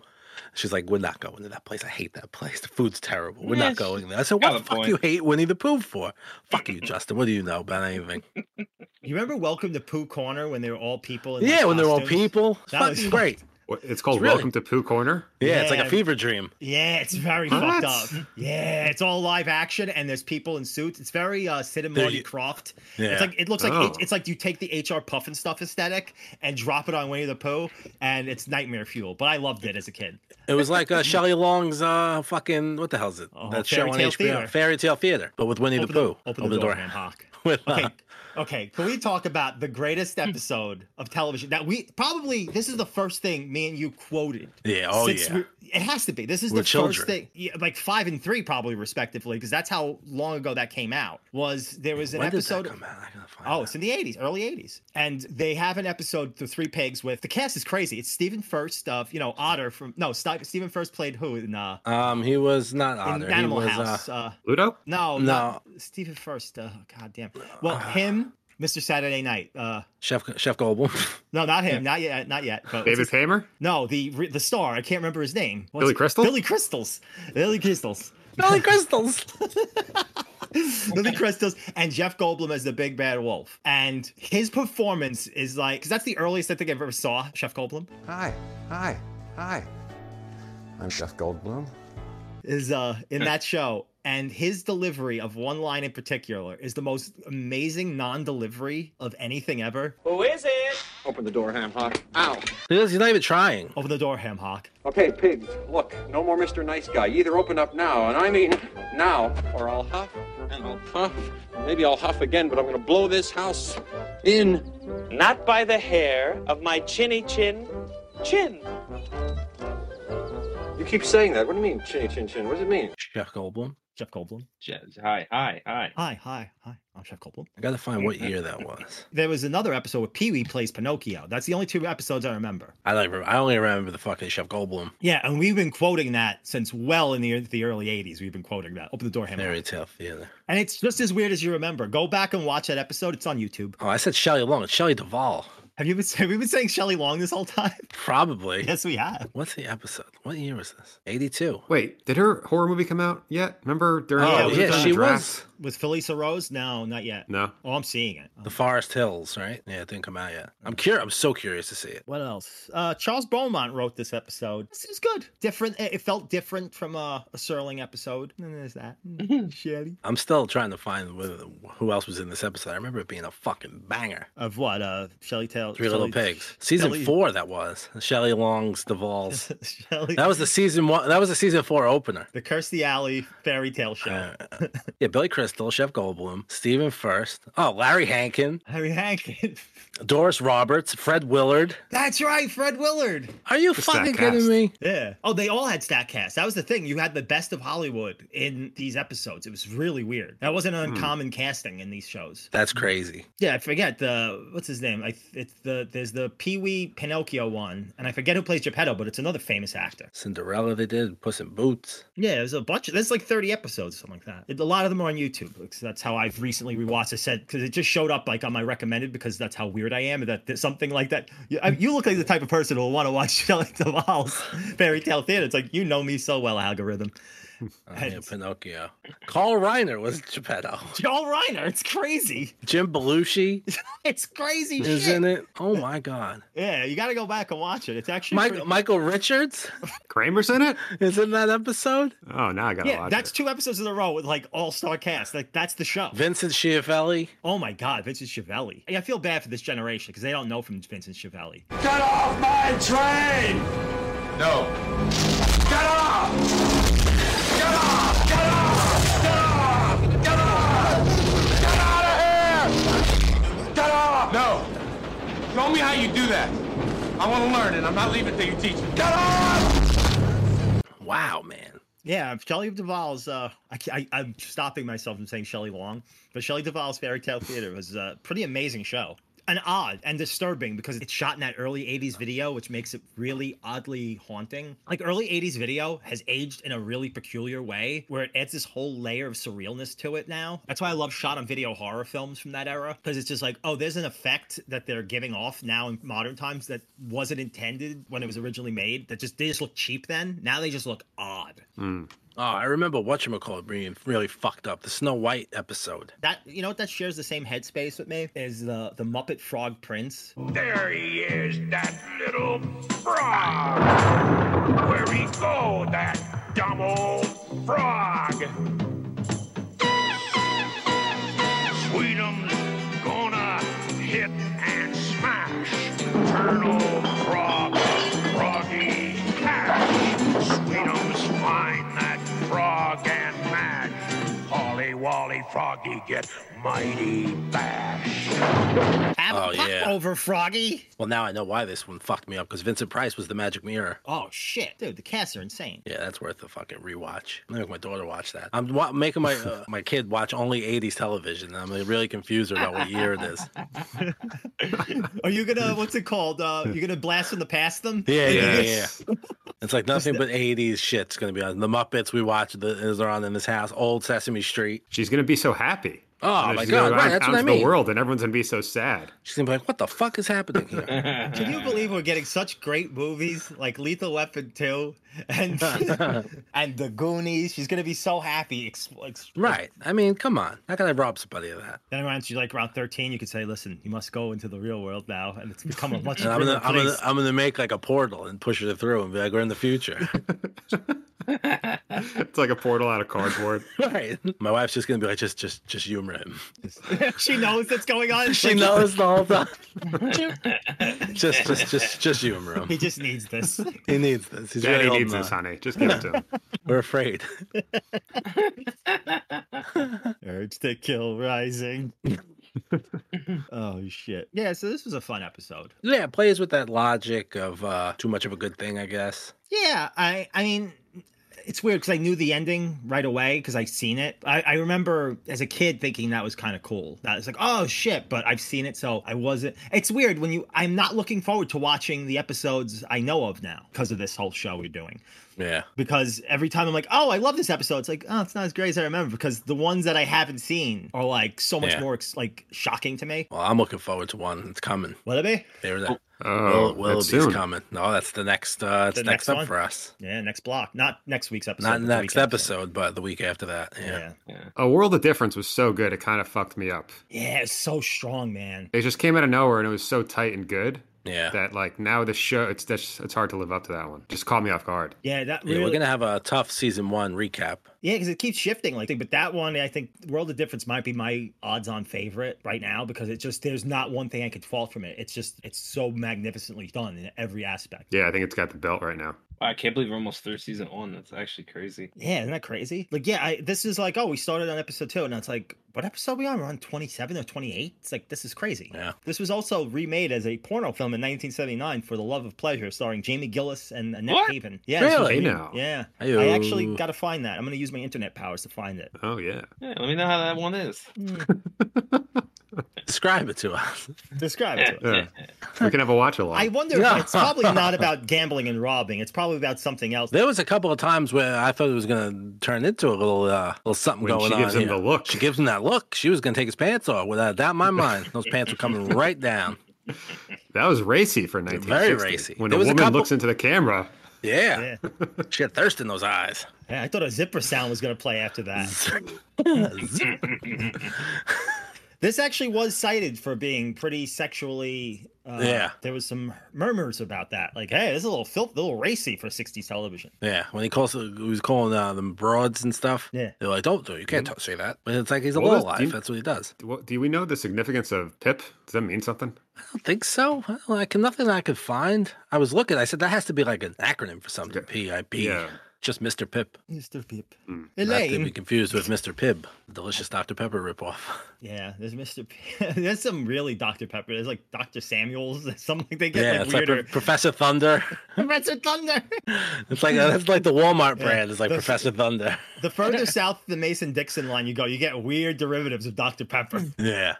[SPEAKER 5] She's like, we're not going to that place. I hate that place. The food's terrible. We're
[SPEAKER 2] Yeah,
[SPEAKER 5] not
[SPEAKER 2] she-
[SPEAKER 5] going there. I said,
[SPEAKER 2] got
[SPEAKER 5] what the
[SPEAKER 2] a
[SPEAKER 5] fuck
[SPEAKER 2] point.
[SPEAKER 5] you hate Winnie the Pooh for? Fuck you, Justin. What do you know about anything?
[SPEAKER 7] You remember Welcome to Pooh Corner when they were all people? In like,
[SPEAKER 5] yeah, when they're all
[SPEAKER 7] costumes?
[SPEAKER 5] people, it's
[SPEAKER 7] That was
[SPEAKER 5] fucking
[SPEAKER 7] fucked
[SPEAKER 5] great.
[SPEAKER 11] What- It's called
[SPEAKER 5] It's really-
[SPEAKER 11] Welcome to Pooh Corner.
[SPEAKER 5] Yeah, it's like a
[SPEAKER 7] Yeah.
[SPEAKER 5] fever dream.
[SPEAKER 7] Yeah, it's very
[SPEAKER 11] What?
[SPEAKER 7] fucked up. Yeah, it's all live action and there's people in suits. It's very uh Sid and
[SPEAKER 5] There
[SPEAKER 7] Marty
[SPEAKER 5] you-
[SPEAKER 7] Croft.
[SPEAKER 5] Yeah.
[SPEAKER 7] It's like it looks like
[SPEAKER 5] Oh.
[SPEAKER 7] H- it's like you take the HR Puffin stuff aesthetic and drop it on Winnie the Pooh and it's nightmare fuel. But I loved it as a kid.
[SPEAKER 5] It was like uh, Shelley Long's uh, fucking what the hell's it? that show
[SPEAKER 7] Oh, Fairy
[SPEAKER 5] on
[SPEAKER 7] Tale
[SPEAKER 5] HBO,
[SPEAKER 7] Theater.
[SPEAKER 5] Fairy Tale Theater, but with Winnie
[SPEAKER 7] Open
[SPEAKER 5] the
[SPEAKER 7] the-
[SPEAKER 5] Pooh.
[SPEAKER 7] open the door, man, Hawk.
[SPEAKER 5] With, uh, Hmm.
[SPEAKER 7] Okay. Okay, can we talk about the greatest episode of television that we probably this is the first thing me and you quoted.
[SPEAKER 5] Yeah, oh,
[SPEAKER 7] since
[SPEAKER 5] yeah.
[SPEAKER 7] we- it has to be. This is
[SPEAKER 5] We're
[SPEAKER 7] the
[SPEAKER 5] children.
[SPEAKER 7] first thing, yeah, like five and three probably respectively, because that's how long ago that came out. Was there was an
[SPEAKER 5] When did that
[SPEAKER 7] episode?
[SPEAKER 5] come out?
[SPEAKER 7] oh, it's in the '80s, early '80s, and they have an episode, The Three Pigs, with the cast is crazy. It's Stephen First of you know Otter from no Sti- Stephen First played who in uh,
[SPEAKER 5] um, he was not Otter.
[SPEAKER 7] in
[SPEAKER 5] He
[SPEAKER 7] Animal
[SPEAKER 5] was,
[SPEAKER 7] House.
[SPEAKER 5] uh,
[SPEAKER 7] uh,
[SPEAKER 11] Ludo.
[SPEAKER 7] no,
[SPEAKER 5] No.
[SPEAKER 7] no, Stephen First. Uh, God damn. Well,
[SPEAKER 11] Ah.
[SPEAKER 7] him, Mr. Saturday Night. Uh,
[SPEAKER 5] Chef Chef Goldblum.
[SPEAKER 7] no, not him. Not yet. Not yet. But
[SPEAKER 11] David Paymer.
[SPEAKER 7] no, the re- the star. I can't remember his name. What's-
[SPEAKER 11] Billy Crystal?
[SPEAKER 7] Billy Crystals. Billy Crystals.
[SPEAKER 5] Billy Crystals.
[SPEAKER 7] Billy Crystals and Jeff Goldblum as the big bad wolf. And his performance is like, because that's the earliest I think I've ever saw Jeff Goldblum.
[SPEAKER 3] Hi, hi, hi. I'm Chef Goldblum.
[SPEAKER 7] is uh
[SPEAKER 11] Hmm.
[SPEAKER 7] in that show and his delivery of one line in particular is the most amazing non-delivery of anything ever
[SPEAKER 11] Oh.
[SPEAKER 27] Who is it?
[SPEAKER 6] Open the door, Ham Hock. Ow.
[SPEAKER 5] He's not even trying.
[SPEAKER 7] Open the door, Ham Hawk.
[SPEAKER 3] Okay, pigs, look, no more Mr. Nice Guy. You either open up now, and I mean now, or I'll huff and I'll puff. Maybe I'll huff again, but I'm gonna blow this house in.
[SPEAKER 27] Not by the hair of my chinny chin chin.
[SPEAKER 3] You keep saying that. What do you mean, chinny chin chin? What does it mean?
[SPEAKER 5] Chef Goldblum.
[SPEAKER 7] Jeff Goldblum.
[SPEAKER 8] Hi, hi, hi.
[SPEAKER 7] hi hi hi i'm chef Goldblum.
[SPEAKER 5] I gotta find what year that was.
[SPEAKER 7] there was another episode where pee-wee plays pinocchio that's the only two episodes i remember
[SPEAKER 5] I like. I only remember the fucking Chef Goldblum.
[SPEAKER 7] yeah and we've been quoting that since well in the, the early 80s we've been quoting that open the door Ham Hawk.
[SPEAKER 5] Fairy Tale Theater.
[SPEAKER 7] and it's just as weird as you remember go back and watch that episode it's on youtube
[SPEAKER 5] Oh, I said Shelley Long. It's Shelley Duvall.
[SPEAKER 7] have you been have we been saying Shelley Long this whole time?
[SPEAKER 5] Probably.
[SPEAKER 7] Yes, we have.
[SPEAKER 5] What's the episode? What year was this? Eighty-two.
[SPEAKER 11] Wait, did her horror movie come out yet? Remember during?
[SPEAKER 5] Oh,
[SPEAKER 11] the, was it
[SPEAKER 5] yeah,
[SPEAKER 11] during the
[SPEAKER 5] she
[SPEAKER 11] draft?
[SPEAKER 5] was.
[SPEAKER 7] With Felisa Rose? No, not yet.
[SPEAKER 11] No.
[SPEAKER 7] Oh, I'm seeing it.
[SPEAKER 5] The Forest Hills, right? Yeah, it didn't come out yet. I'm curious. I'm so curious to see it.
[SPEAKER 7] What else? Uh, Charles Beaumont wrote this episode. This is good. Different. It it felt different from uh, a Serling episode. And there's that. Shelly.
[SPEAKER 5] I'm still trying to find whether- who else was in this episode. I remember it being a fucking banger.
[SPEAKER 7] Of what? Uh, Shelly Tail.
[SPEAKER 5] Three Little
[SPEAKER 7] Shelley-
[SPEAKER 5] Pigs, season
[SPEAKER 7] Shelley-
[SPEAKER 5] four. That was Shelley Long's Duvall's.
[SPEAKER 7] Shelley-
[SPEAKER 5] that was the season one. That was the season four opener. Uh,
[SPEAKER 7] The Kirstie Alley fairy tale show.
[SPEAKER 5] Yeah, Billy Crystal, Chef Goldblum, Stephen First. Oh, Larry Hankin.
[SPEAKER 7] Larry Hankin.
[SPEAKER 5] Doris Roberts, Fred Willard.
[SPEAKER 7] That's right, Fred Willard.
[SPEAKER 5] Are you fucking kidding me?
[SPEAKER 7] Yeah. Oh, they all had Statcast. That was the thing. You had the best of Hollywood in these episodes. It was really weird. That wasn't an
[SPEAKER 5] Hmm.
[SPEAKER 7] uncommon casting in these shows.
[SPEAKER 5] That's crazy.
[SPEAKER 7] Yeah, I forget the what's his name. I it's the there's the Pee Wee Pinocchio one, and I forget who plays Geppetto, but it's another famous actor.
[SPEAKER 5] Cinderella, they did Puss in Boots.
[SPEAKER 7] Yeah, there's a bunch. Of, there's like 30 episodes, something like that. It- a lot of them are on YouTube. like, so that's how I've recently rewatched. I said because it just showed up like on my recommended because that's how weird I am. and That, that something like that. You, I, you look like the type of person who'll want to watch Shelley Duvall's fairy tale theater. It's like you know me so well, algorithm.
[SPEAKER 5] I am Pinocchio. Carl Reiner was Geppetto.
[SPEAKER 7] Joel Reiner, it's crazy.
[SPEAKER 5] Jim Belushi
[SPEAKER 7] It's crazy
[SPEAKER 5] is
[SPEAKER 7] shit.
[SPEAKER 5] in it. Oh my god.
[SPEAKER 7] Yeah, you got to go back and watch it. It's actually
[SPEAKER 5] Michael
[SPEAKER 7] pretty-
[SPEAKER 5] Michael Richards. Kramer's in it. Is in that episode?
[SPEAKER 11] Oh, now I gotta
[SPEAKER 7] yeah, that's two episodes in a row with like all star cast. Like that's the show.
[SPEAKER 5] Vincent Schiavelli.
[SPEAKER 7] Oh my God, Vincent Schiavelli. Yeah, I feel bad for this generation because they don't know from Vincent Schiavelli.
[SPEAKER 26] Get off my train! No. Get off! Get off! Get off! Get off! Get off! Get out of here! Get off! No. Show me how you do that. I want to learn, and I'm not leaving till you teach me. Get off!
[SPEAKER 5] Wow, man.
[SPEAKER 7] Yeah, Shelley Duvall's. Uh, I, ca- I, I'm stopping myself from saying Shelley Long, but Shelley Duvall's Fairy Tale Theater was a pretty amazing show. And odd and disturbing because it's shot in that early 80s video, which makes it really oddly haunting. Like, early 80s video has aged in a really peculiar way where it adds this whole layer of surrealness to it now. That's why I love shot on video horror films from that era because it's just like, oh, there's an effect that they're giving off now in modern times that wasn't intended when it was originally made. That just they just look cheap then. Now they just look odd.
[SPEAKER 5] Oh, I remember whatchamacallit being really fucked up. The Snow White episode.
[SPEAKER 7] That you know what that shares the same headspace with me is the the Muppet Frog Prince.
[SPEAKER 5] Oh,
[SPEAKER 26] There he is, that little frog. Where he go, that dumb old frog? Sweetums gonna hit and smash. Turn old frog, froggy cash. Sweetums find that frog and match. Holly Wally Froggy get mighty bash.
[SPEAKER 7] Have
[SPEAKER 5] Oh,
[SPEAKER 7] a pop
[SPEAKER 5] yeah.
[SPEAKER 7] over Froggy.
[SPEAKER 5] Well, now I know why this one fucked me up because Vincent Price was the Magic Mirror.
[SPEAKER 7] Oh shit, dude, the casts are insane.
[SPEAKER 5] Yeah, that's worth a fucking rewatch. I'm gonna make my daughter watch that. I'm wa- making my uh, my kid watch only '80s television. I'm like, really confused about what year it is.
[SPEAKER 7] Are you gonna what's it called? Uh you gonna blast from the past them?
[SPEAKER 5] Yeah, yeah, yeah. yeah. It's like nothing but '80s shit's gonna be on. The Muppets we watch the, is on in this house. Old Sesame Street.
[SPEAKER 11] She's gonna be so happy.
[SPEAKER 5] Oh
[SPEAKER 11] She's gonna
[SPEAKER 5] my god,
[SPEAKER 11] go
[SPEAKER 5] right,
[SPEAKER 11] out-
[SPEAKER 5] that's
[SPEAKER 11] out
[SPEAKER 5] what I
[SPEAKER 11] into the
[SPEAKER 5] mean.
[SPEAKER 11] world, and everyone's gonna be so sad.
[SPEAKER 5] She's gonna be like, "What the fuck is happening here?"
[SPEAKER 7] Can you believe we're getting such great movies like Lethal Weapon 2 and and The Goonies? She's gonna be so happy. Ex- ex-
[SPEAKER 5] right? I mean, come on. How can I rob somebody of that?
[SPEAKER 7] Then around she's like around 13, you could say, listen, you must go into the real world now, and it's become a much
[SPEAKER 5] And I'm
[SPEAKER 7] realer
[SPEAKER 5] gonna, I'm gonna,
[SPEAKER 7] place.
[SPEAKER 5] I'm gonna make like a portal and push it through and be like, we're in the future.
[SPEAKER 11] It's like a portal out of cardboard.
[SPEAKER 5] right. My wife's just gonna be like, just, just, just humor him.
[SPEAKER 7] she knows that's going on. It's
[SPEAKER 5] She
[SPEAKER 7] like-
[SPEAKER 5] knows the whole time. just, just, just, just humor him.
[SPEAKER 7] He just needs this.
[SPEAKER 5] He needs this. He's
[SPEAKER 11] Daddy
[SPEAKER 5] really holding
[SPEAKER 11] needs this,
[SPEAKER 5] on.
[SPEAKER 11] honey. Just give it to him.
[SPEAKER 5] We're afraid.
[SPEAKER 7] Urge to kill rising. oh shit. Yeah, so this was a fun episode.
[SPEAKER 5] Yeah, it plays with that logic of uh, too much of a good thing, I guess.
[SPEAKER 7] Yeah, I I mean it's weird because I knew the ending right away because I seen it. I, I remember as a kid thinking that was kind of cool. That was like, oh shit, but I've seen it, so I wasn't. It's weird when you. I'm not looking forward to watching the episodes I know of now because of this whole show we're doing.
[SPEAKER 5] Yeah.
[SPEAKER 7] because every time I'm like, oh, I love this episode. It's like, oh, it's not as great as I remember because the ones that I haven't seen are like so much
[SPEAKER 5] Yeah.
[SPEAKER 7] more ex- like shocking to me.
[SPEAKER 5] Well, I'm looking forward to one. It's coming.
[SPEAKER 7] Will it be?
[SPEAKER 5] There that.
[SPEAKER 11] Oh,
[SPEAKER 5] Will, Willoughby's
[SPEAKER 11] that's soon.
[SPEAKER 5] coming. No, that's the next. Uh, it's
[SPEAKER 7] The
[SPEAKER 5] next,
[SPEAKER 7] next
[SPEAKER 5] up
[SPEAKER 7] one?
[SPEAKER 5] for us.
[SPEAKER 7] Yeah, next block, not next week's episode.
[SPEAKER 5] Not
[SPEAKER 7] but the
[SPEAKER 5] next
[SPEAKER 7] weekend.
[SPEAKER 5] episode, but the week after that. Yeah.
[SPEAKER 11] A World of Difference was so good, it kind of fucked me up.
[SPEAKER 7] Yeah, it's so strong, man.
[SPEAKER 11] It just came out of nowhere, and it was so tight and good.
[SPEAKER 5] Yeah.
[SPEAKER 11] That like now the show, it's that's it's hard to live up to that one. Just caught me off guard.
[SPEAKER 7] Yeah, that
[SPEAKER 5] yeah,
[SPEAKER 7] really.
[SPEAKER 5] we're gonna have a tough season one recap.
[SPEAKER 7] Yeah, because it keeps shifting. Like, but that one, I think World of Difference might be my odds-on favorite right now because it just there's not one thing I could fault from it. It's just it's so magnificently done in every aspect.
[SPEAKER 11] Yeah, I think it's got the belt right now.
[SPEAKER 8] Wow, I can't believe we're almost third season on. That's actually crazy.
[SPEAKER 7] Yeah, isn't that crazy? Like, yeah, I, this is like, oh, we started on episode two, and it's like, what episode are we on? We're on 27 or 28? It's like, this is crazy.
[SPEAKER 5] Yeah.
[SPEAKER 7] This was also remade as a porno film in 1979 for The Love of Pleasure, starring Jamie Gillis and Annette
[SPEAKER 5] What?
[SPEAKER 7] Haven. Yeah, this was
[SPEAKER 5] Really?
[SPEAKER 7] re-
[SPEAKER 5] Now.
[SPEAKER 7] Yeah.
[SPEAKER 5] Ayo.
[SPEAKER 7] I actually got to find that. I'm going to use my internet powers to find it.
[SPEAKER 5] Oh yeah.
[SPEAKER 8] Yeah, let me know how that one is.
[SPEAKER 5] Describe it to us.
[SPEAKER 7] Describe it to us.
[SPEAKER 11] Yeah. we can have a watch along.
[SPEAKER 7] I wonder
[SPEAKER 5] Yeah.
[SPEAKER 7] if it's probably not about gambling and robbing. It's probably about something else.
[SPEAKER 5] There was a couple of times where I thought it was going to turn into a little, uh, little something
[SPEAKER 11] When
[SPEAKER 5] going
[SPEAKER 11] she
[SPEAKER 5] on.
[SPEAKER 11] gives him
[SPEAKER 5] here.
[SPEAKER 11] the look.
[SPEAKER 5] She gives him that look. She was going to take his pants off. Without a doubt in my mind, those pants were coming right down.
[SPEAKER 11] That was racy for 1960.
[SPEAKER 5] racy.
[SPEAKER 11] When
[SPEAKER 5] There
[SPEAKER 11] a
[SPEAKER 5] was a
[SPEAKER 11] woman
[SPEAKER 5] couple-
[SPEAKER 11] looks into the camera,
[SPEAKER 5] Yeah. she had thirst in those eyes.
[SPEAKER 7] Yeah, I thought a zipper sound was going to play after that. this actually was cited for being pretty sexually. Uh,
[SPEAKER 5] Yeah.
[SPEAKER 7] there was some murmurs about that. Like, hey, this is a little filth, a little racy for '60s television.
[SPEAKER 5] Yeah, when he calls, he was calling uh, them broads and stuff.
[SPEAKER 7] Yeah.
[SPEAKER 5] they're like, "Don't do, it. you can't t- say that." But it's like he's a
[SPEAKER 11] What was-
[SPEAKER 5] little life.
[SPEAKER 11] do you-
[SPEAKER 5] That's what he does.
[SPEAKER 11] what, do we know the significance of Pip? Does that mean something?
[SPEAKER 5] I don't think so. I, don't- I can nothing I could find. I was looking. I said that has to be like an acronym for something. PIP.
[SPEAKER 11] Yeah.
[SPEAKER 5] Just Mr. Pip.
[SPEAKER 7] Mr. Pip.
[SPEAKER 5] Not to
[SPEAKER 7] Elaine.
[SPEAKER 5] be confused with Mr. Pibb, delicious Dr. Pepper ripoff.
[SPEAKER 7] Yeah, there's Mr. P- there's some really Dr. Pepper. There's like Dr. Samuels. Something they get
[SPEAKER 5] yeah,
[SPEAKER 7] like
[SPEAKER 5] it's like
[SPEAKER 7] weirder.
[SPEAKER 5] Pro- Professor Thunder.
[SPEAKER 7] Professor Thunder.
[SPEAKER 5] It's like uh, that's like the Walmart
[SPEAKER 7] Yeah,
[SPEAKER 5] brand. It's like
[SPEAKER 7] that's-
[SPEAKER 5] Professor Thunder.
[SPEAKER 7] the further south the Mason Dixon line you go, you get weird derivatives of Dr. Pepper.
[SPEAKER 5] Yeah.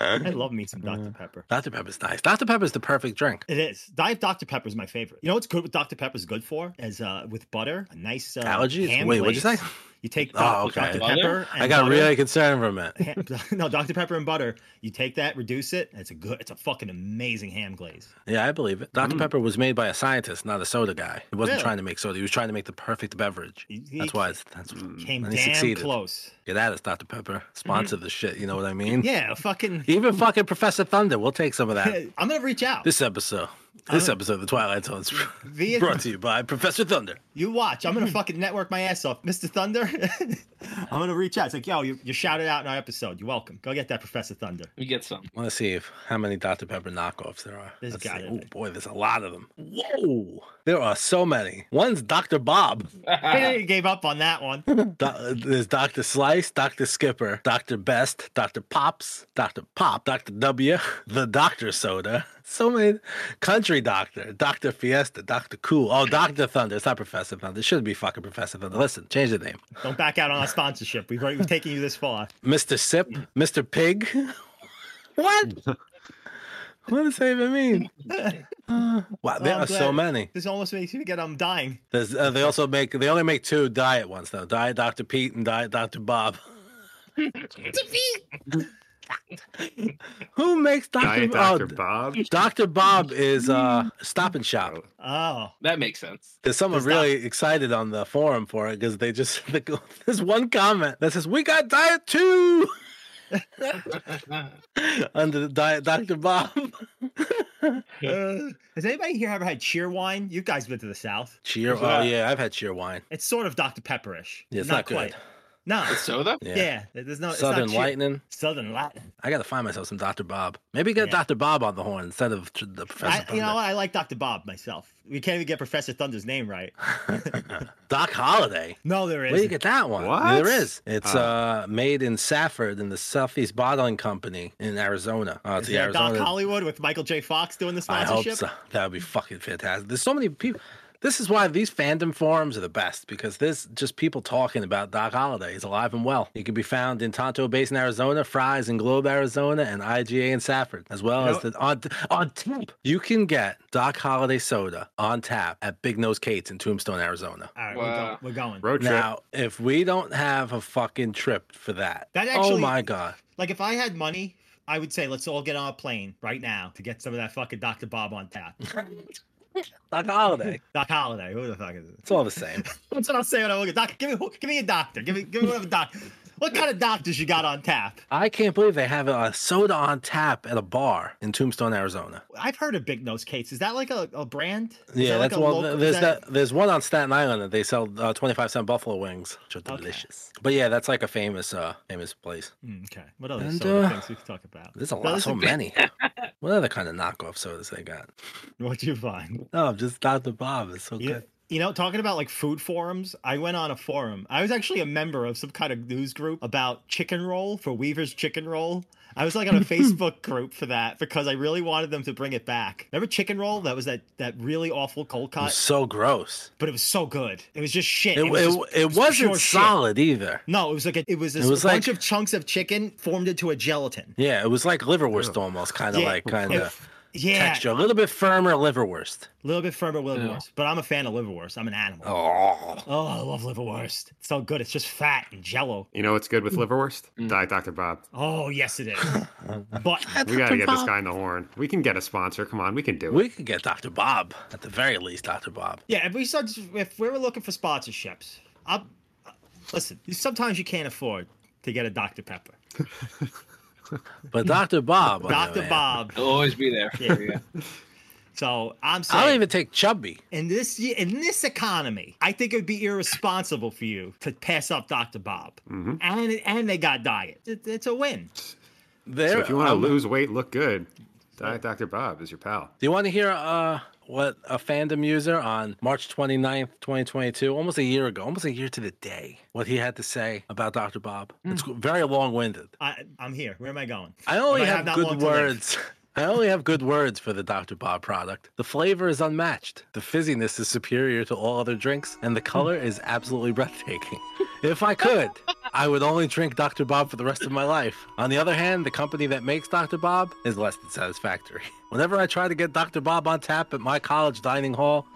[SPEAKER 7] I love me some Dr. Pepper.
[SPEAKER 5] Dr. Pepper's nice. Dr. Pepper's the perfect drink.
[SPEAKER 7] It is. Diet Dr. Pepper is my favorite. You know what's good with Dr. Pepper is good for? Is uh, with butter, a nice uh,
[SPEAKER 5] Allergies?
[SPEAKER 7] ham
[SPEAKER 5] Wait, what'd you
[SPEAKER 7] glaze.
[SPEAKER 5] say?
[SPEAKER 7] You take
[SPEAKER 5] Oh,
[SPEAKER 7] Doc-
[SPEAKER 5] okay.
[SPEAKER 7] Dr. Pepper. And
[SPEAKER 5] I got
[SPEAKER 7] butter,
[SPEAKER 5] really concerned for a minute.
[SPEAKER 7] ham- no, Dr. Pepper and butter. You take that, reduce it. And it's a good. It's a fucking amazing ham glaze.
[SPEAKER 5] Yeah, I believe it.
[SPEAKER 7] Mm.
[SPEAKER 5] Dr. Pepper was made by a scientist, not a soda guy. He wasn't
[SPEAKER 7] Really?
[SPEAKER 5] trying to make soda. He was trying to make the perfect beverage.
[SPEAKER 7] he mm,
[SPEAKER 5] that's why it's that's
[SPEAKER 7] Came
[SPEAKER 5] and
[SPEAKER 7] damn
[SPEAKER 5] he succeeded.
[SPEAKER 7] close.
[SPEAKER 5] Get at us, Dr. Pepper. Sponsor the shit, you know what I mean?
[SPEAKER 7] Yeah, fucking.
[SPEAKER 5] Even fucking Professor Thunder, we'll take some of that.
[SPEAKER 7] I'm gonna reach out.
[SPEAKER 5] This episode. This
[SPEAKER 7] Uh-huh.
[SPEAKER 5] episode of the Twilight Zone is
[SPEAKER 7] The-
[SPEAKER 5] brought to you by Professor Thunder.
[SPEAKER 7] You watch. I'm gonna fucking network my ass off, Mr. Thunder. I'm gonna reach out. It's like, yo, you, you shouted out in our episode. You're welcome. Go get that, Professor Thunder.
[SPEAKER 8] We get some.
[SPEAKER 5] I want to see if how many Dr. Pepper knockoffs there are.
[SPEAKER 7] There's
[SPEAKER 5] Let's
[SPEAKER 7] gotta
[SPEAKER 5] see.
[SPEAKER 7] be.
[SPEAKER 5] Oh boy, there's a lot of them. Whoa, there are so many. One's Dr. Bob.
[SPEAKER 7] I gave up on that one.
[SPEAKER 5] Do- uh, there's Dr. Slice, Dr. Skipper, Dr. Best, Dr. Pops, Dr. Pop, Dr. W, the Dr. Soda. So many. Country Doctor, Dr. Fiesta, Dr. Cool. Oh, Dr. Thunder. It's not Professor Thunder. It should be fucking Professor Thunder. Listen, change the name.
[SPEAKER 7] Don't back out on our sponsorship. We've already we've taken you this far.
[SPEAKER 5] Mr. Sip, Mr. Pig.
[SPEAKER 7] What?
[SPEAKER 5] What does that even mean? Uh, Wow, there are so many.
[SPEAKER 7] This almost makes me get I'm dying.
[SPEAKER 5] There's, uh, they also make, they only make two diet ones though Diet Dr. Pete and Diet Dr. Bob. Who makes Dr.
[SPEAKER 11] Diet
[SPEAKER 5] oh,
[SPEAKER 11] Dr. Bob?
[SPEAKER 5] Dr. Bob is uh Stop and Shop.
[SPEAKER 7] Oh,
[SPEAKER 8] that makes sense.
[SPEAKER 5] There's someone
[SPEAKER 8] Does Doc-
[SPEAKER 5] really excited on the forum for it because they just there's one comment that says we got diet too under the diet Dr. Bob.
[SPEAKER 7] Uh, has anybody here ever had cheer wine? You guys been to the South.
[SPEAKER 5] Cheer.
[SPEAKER 7] Yeah.
[SPEAKER 5] Oh yeah, I've had cheer wine.
[SPEAKER 7] It's sort of Dr. Pepperish.
[SPEAKER 5] Yeah, it's not good.
[SPEAKER 7] quite. No.
[SPEAKER 8] It's soda?
[SPEAKER 5] Yeah.
[SPEAKER 7] Yeah. There's no it's not
[SPEAKER 5] Southern
[SPEAKER 7] cheer-
[SPEAKER 5] Lightning.
[SPEAKER 7] Southern Latin.
[SPEAKER 5] I gotta find myself some Dr. Bob. Maybe get Dr. Bob on the horn instead of tr- the
[SPEAKER 7] I,
[SPEAKER 5] professor.
[SPEAKER 7] you know what? I like Dr. Bob myself. We can't even get Professor Thunder's name right.
[SPEAKER 5] Doc Holiday.
[SPEAKER 7] No, there is.
[SPEAKER 5] Where you get that one? Yeah,
[SPEAKER 11] What?
[SPEAKER 5] there is. It's
[SPEAKER 11] Ah.
[SPEAKER 5] uh, made in Safford in the Southeast Bottling Company in Arizona. Uh, it's
[SPEAKER 7] Is
[SPEAKER 5] the
[SPEAKER 7] there a Doc
[SPEAKER 5] Arizona.
[SPEAKER 7] Hollywood with Michael J. Fox doing the
[SPEAKER 5] I hope
[SPEAKER 7] sponsorship?
[SPEAKER 5] so. That would be fucking fantastic. There's so many people. This is why these fandom forums are the best because there's just people talking about Doc Holliday. He's alive and well. He can be found in Tonto Basin, Arizona, Fry's in Globe, Arizona, and IGA in Safford, as well
[SPEAKER 11] You
[SPEAKER 5] as the on on tap. You can get Doc Holliday soda on tap at Big Nose Kate's in Tombstone, Arizona.
[SPEAKER 7] All right,
[SPEAKER 8] Wow.
[SPEAKER 7] we're, go- we're going.
[SPEAKER 11] Road trip.
[SPEAKER 5] Now, if we don't have a fucking trip for that,
[SPEAKER 7] That
[SPEAKER 5] oh
[SPEAKER 7] actually-
[SPEAKER 5] my god,
[SPEAKER 7] Like if I had money, I would say let's all get on a plane right now to get some of that fucking Dr. Bob on tap.
[SPEAKER 5] Doc Holiday,
[SPEAKER 7] Doc Holiday, who the fuck is it?
[SPEAKER 5] it's all the same.
[SPEAKER 7] That's what I'm saying. When I look at doc, give me give me a doctor. Give me give me whatever doc. What kind of doctors you got on tap?
[SPEAKER 5] I can't believe they have a soda on tap at a bar in Tombstone, Arizona.
[SPEAKER 7] I've heard of Big Nose Kate's. Is that like a, a brand? Is
[SPEAKER 5] yeah,
[SPEAKER 7] that like
[SPEAKER 5] that's
[SPEAKER 7] a
[SPEAKER 5] one.
[SPEAKER 7] local- is
[SPEAKER 5] there's
[SPEAKER 7] that-
[SPEAKER 5] that... There's one on Staten Island that they sell uh, 25 cent buffalo wings, which are delicious. But yeah, that's like a famous, uh, famous place.
[SPEAKER 7] Mm, okay. What other
[SPEAKER 5] And,
[SPEAKER 7] soda
[SPEAKER 5] uh,
[SPEAKER 7] things we can talk about?
[SPEAKER 5] There's a
[SPEAKER 7] Now,
[SPEAKER 5] lot,
[SPEAKER 7] listen,
[SPEAKER 5] so many. What other kind of knockoff sodas they got?
[SPEAKER 7] What'd you find?
[SPEAKER 5] No, just Dr. Bob. It's so
[SPEAKER 7] You-
[SPEAKER 5] good.
[SPEAKER 7] You know, talking about like food forums, I went on a forum. I was actually a member of some kind of news group about chicken roll for Weaver's chicken roll. I was like on a Facebook group for that because I really wanted them to bring it back. Remember chicken roll? That was that that really awful cold
[SPEAKER 5] It
[SPEAKER 7] cut.
[SPEAKER 5] was so gross.
[SPEAKER 7] but it was so good. It was just shit.
[SPEAKER 5] It, it,
[SPEAKER 7] was just-
[SPEAKER 5] it
[SPEAKER 7] was pure
[SPEAKER 5] wasn't
[SPEAKER 7] shit. Mm.
[SPEAKER 5] solid either.
[SPEAKER 7] No, it was like a, it was this
[SPEAKER 5] It was
[SPEAKER 7] bunch of chunks of chicken formed into a gelatin.
[SPEAKER 5] Yeah, it was like liverwurst almost, kind of
[SPEAKER 7] Yeah.
[SPEAKER 5] like kind of
[SPEAKER 7] Yeah.
[SPEAKER 5] texture, a little bit firmer liverwurst.
[SPEAKER 7] A little bit firmer liverwurst, but I'm a fan of liverwurst. I'm an animal.
[SPEAKER 5] Oh,
[SPEAKER 7] oh, I love liverwurst. It's so good. It's just fat and jello.
[SPEAKER 11] You know what's good
[SPEAKER 5] Mm.
[SPEAKER 11] with liverwurst? Diet Dr. Bob.
[SPEAKER 7] Oh, yes, it is. But
[SPEAKER 11] We got to get this guy in the horn. We can get a sponsor. Come on, we can do it.
[SPEAKER 5] We can get Dr. Bob at the very least, Dr. Bob.
[SPEAKER 7] Yeah, if we start, if we were looking for sponsorships, I'll, listen. Sometimes you can't afford to get a Dr Pepper.
[SPEAKER 5] But Dr. Bob, on the other
[SPEAKER 7] Dr
[SPEAKER 5] hand,
[SPEAKER 7] Bob.
[SPEAKER 8] He'll always be there.
[SPEAKER 7] Yeah. So I'm saying.
[SPEAKER 5] I'll even take Chubby.
[SPEAKER 7] in this ye- in this economy, I think it would be irresponsible for you to pass up Dr. Bob.
[SPEAKER 5] Mm-hmm.
[SPEAKER 7] And and they got diet. It- it's a win.
[SPEAKER 11] So if you want to
[SPEAKER 5] I'm-
[SPEAKER 11] lose weight, look good, Diet Dr. Bob is your pal.
[SPEAKER 5] Do you want to hear uh, what a fandom user on March 29th, 2022, almost a year ago, almost a year to the day, what he had to say about Dr. Bob? It's very long winded.
[SPEAKER 7] I, I'm here. Where am I going?
[SPEAKER 5] I only
[SPEAKER 7] But
[SPEAKER 5] have,
[SPEAKER 7] not long
[SPEAKER 5] good
[SPEAKER 7] to live.
[SPEAKER 5] words. I only have good words for the Dr. Bob product. The flavor is unmatched. The fizziness is superior to all other drinks, and the color is absolutely breathtaking. If I could, I would only drink Dr. Bob for the rest of my life. On the other hand, the company that makes Dr. Bob is less than satisfactory. Whenever I try to get Dr. Bob on tap at my college dining hall,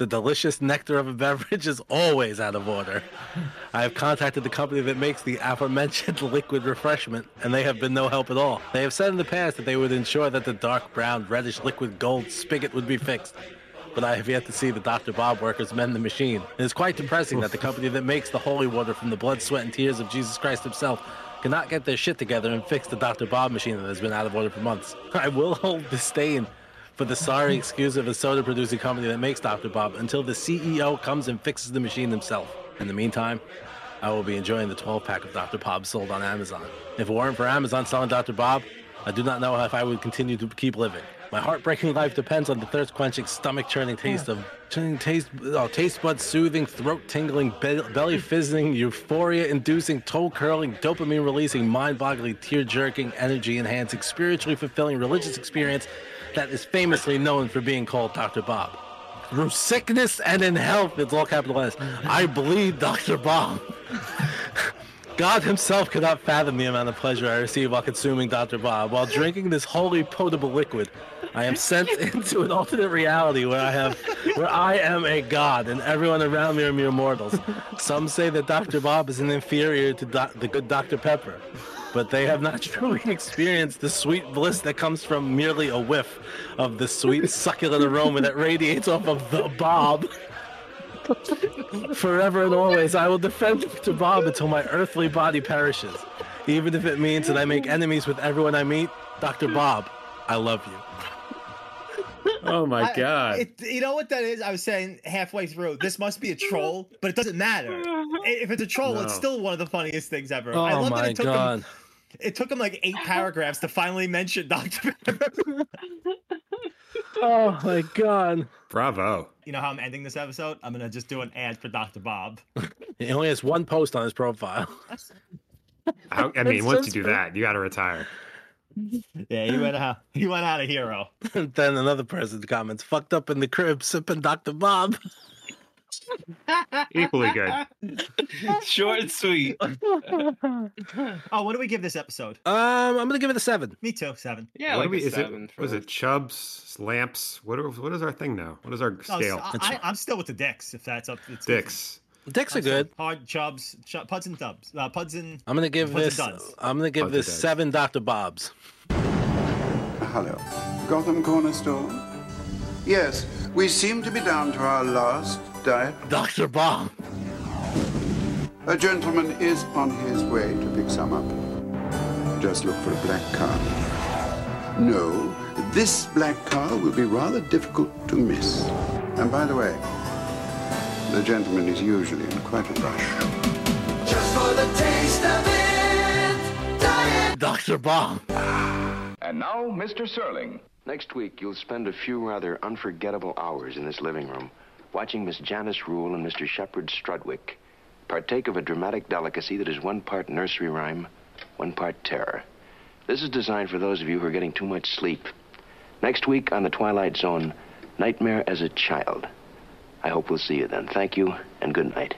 [SPEAKER 5] the delicious nectar of a beverage is always out of order. I have contacted the company that makes the aforementioned liquid refreshment, and they have been no help at all. They have said in the past that they would ensure that the dark brown, reddish liquid gold spigot would be fixed. But I have yet to see the Dr. Bob workers mend the machine. It is quite depressing that the company that makes the holy water from the blood, sweat, and tears of Jesus Christ himself cannot get their shit together and fix the Dr. Bob machine that has been out of order for months. I will hold disdain for the sorry excuse of a soda producing company that makes Dr. Bob until the CEO comes and fixes the machine himself. In the meantime, I will be enjoying the 12 pack of Dr. Bob sold on Amazon. If it weren't for Amazon selling Dr. Bob, I do not know if I would continue to keep living. My heartbreaking life depends on the thirst quenching, stomach churning taste of churning taste, oh, taste bud soothing, throat tingling, be- belly fizzing, euphoria inducing, toe curling, dopamine releasing, mind boggling, tear jerking, energy enhancing, spiritually fulfilling religious experience that is famously known for being called Dr. Bob. Through sickness and in health, it's all capitalized. I bleed Dr. Bob. God himself could not fathom the amount of pleasure I receive while consuming Dr. Bob. While drinking this holy potable liquid, I am sent into an alternate reality where I have where I am a god and everyone around me are mere mortals. Some say that Dr. Bob is an inferior to doc- the good Dr. Pepper, but they have not truly experienced the sweet bliss that comes from merely a whiff of the sweet succulent aroma that radiates off of the Bob. Forever and always, I will defend Dr. Bob until my earthly body perishes. Even if it means that I make enemies with everyone I meet, Dr. Bob, I love you.
[SPEAKER 11] Oh my
[SPEAKER 7] I-
[SPEAKER 11] god.
[SPEAKER 7] it- you know what that is? I was saying halfway through, this must be a troll, but it doesn't matter. I- If it's a troll, it's
[SPEAKER 5] No.
[SPEAKER 7] still one of the funniest things ever.
[SPEAKER 5] Oh
[SPEAKER 7] I love that
[SPEAKER 5] my
[SPEAKER 7] it took
[SPEAKER 5] god.
[SPEAKER 7] him. It took him like eight paragraphs to finally mention Doctor.
[SPEAKER 5] Oh my god.
[SPEAKER 11] Bravo.
[SPEAKER 7] You know how I'm ending this episode? I'm gonna just do an ad for Doctor Bob.
[SPEAKER 5] He only has one post on his profile.
[SPEAKER 11] How, I mean,
[SPEAKER 5] It's
[SPEAKER 11] once
[SPEAKER 5] just
[SPEAKER 11] you do
[SPEAKER 5] great.
[SPEAKER 11] that, you got to retire.
[SPEAKER 7] Yeah, he went out. He went out a hero.
[SPEAKER 5] And then another person comments, fucked up in the crib, sipping Dr. Bob.
[SPEAKER 11] Equally good.
[SPEAKER 8] Short and sweet.
[SPEAKER 7] Oh, what do we give this episode?
[SPEAKER 5] Um, I'm gonna give it a seven.
[SPEAKER 7] Me too, seven.
[SPEAKER 8] Yeah,
[SPEAKER 11] what
[SPEAKER 8] like
[SPEAKER 11] do we,
[SPEAKER 8] a
[SPEAKER 11] is
[SPEAKER 8] seven
[SPEAKER 11] it, was it Chubbs, Lamps? What, are, what is our thing now? What is our
[SPEAKER 7] Oh,
[SPEAKER 11] scale?
[SPEAKER 7] so I, am still with the dicks. If that's up, it's good.
[SPEAKER 11] Dicks.
[SPEAKER 5] Dicks are
[SPEAKER 7] I'm still
[SPEAKER 5] good.
[SPEAKER 7] Hard chubs, chub, puds and dubs, uh, puds and.
[SPEAKER 5] I'm gonna give
[SPEAKER 7] puds
[SPEAKER 5] this
[SPEAKER 7] And duds.
[SPEAKER 5] I'm gonna give
[SPEAKER 7] Bunch of
[SPEAKER 5] this
[SPEAKER 7] duds.
[SPEAKER 5] seven Dr. Bobs.
[SPEAKER 4] Hello. Gotham Corner Store? Yes, we seem to be down to our last diet.
[SPEAKER 5] Dr. Bob.
[SPEAKER 4] A gentleman is on his way to pick some up. Just look for a black car. No, this black car will be rather difficult to miss. And by the way, the gentleman is usually in quite a rush.
[SPEAKER 26] Just for the taste of it. Diet.
[SPEAKER 5] Dr. Bob.
[SPEAKER 9] And now, Mr. Serling.
[SPEAKER 6] Next week, you'll spend a few rather unforgettable hours in this living room, watching Miss Janice Rule and Mr. Shepard Strudwick partake of a dramatic delicacy that is one part nursery rhyme, one part terror. This is designed for those of you who are getting too much sleep. Next week on The Twilight Zone, Nightmare as a Child. I hope we'll see you then. Thank you, and good night.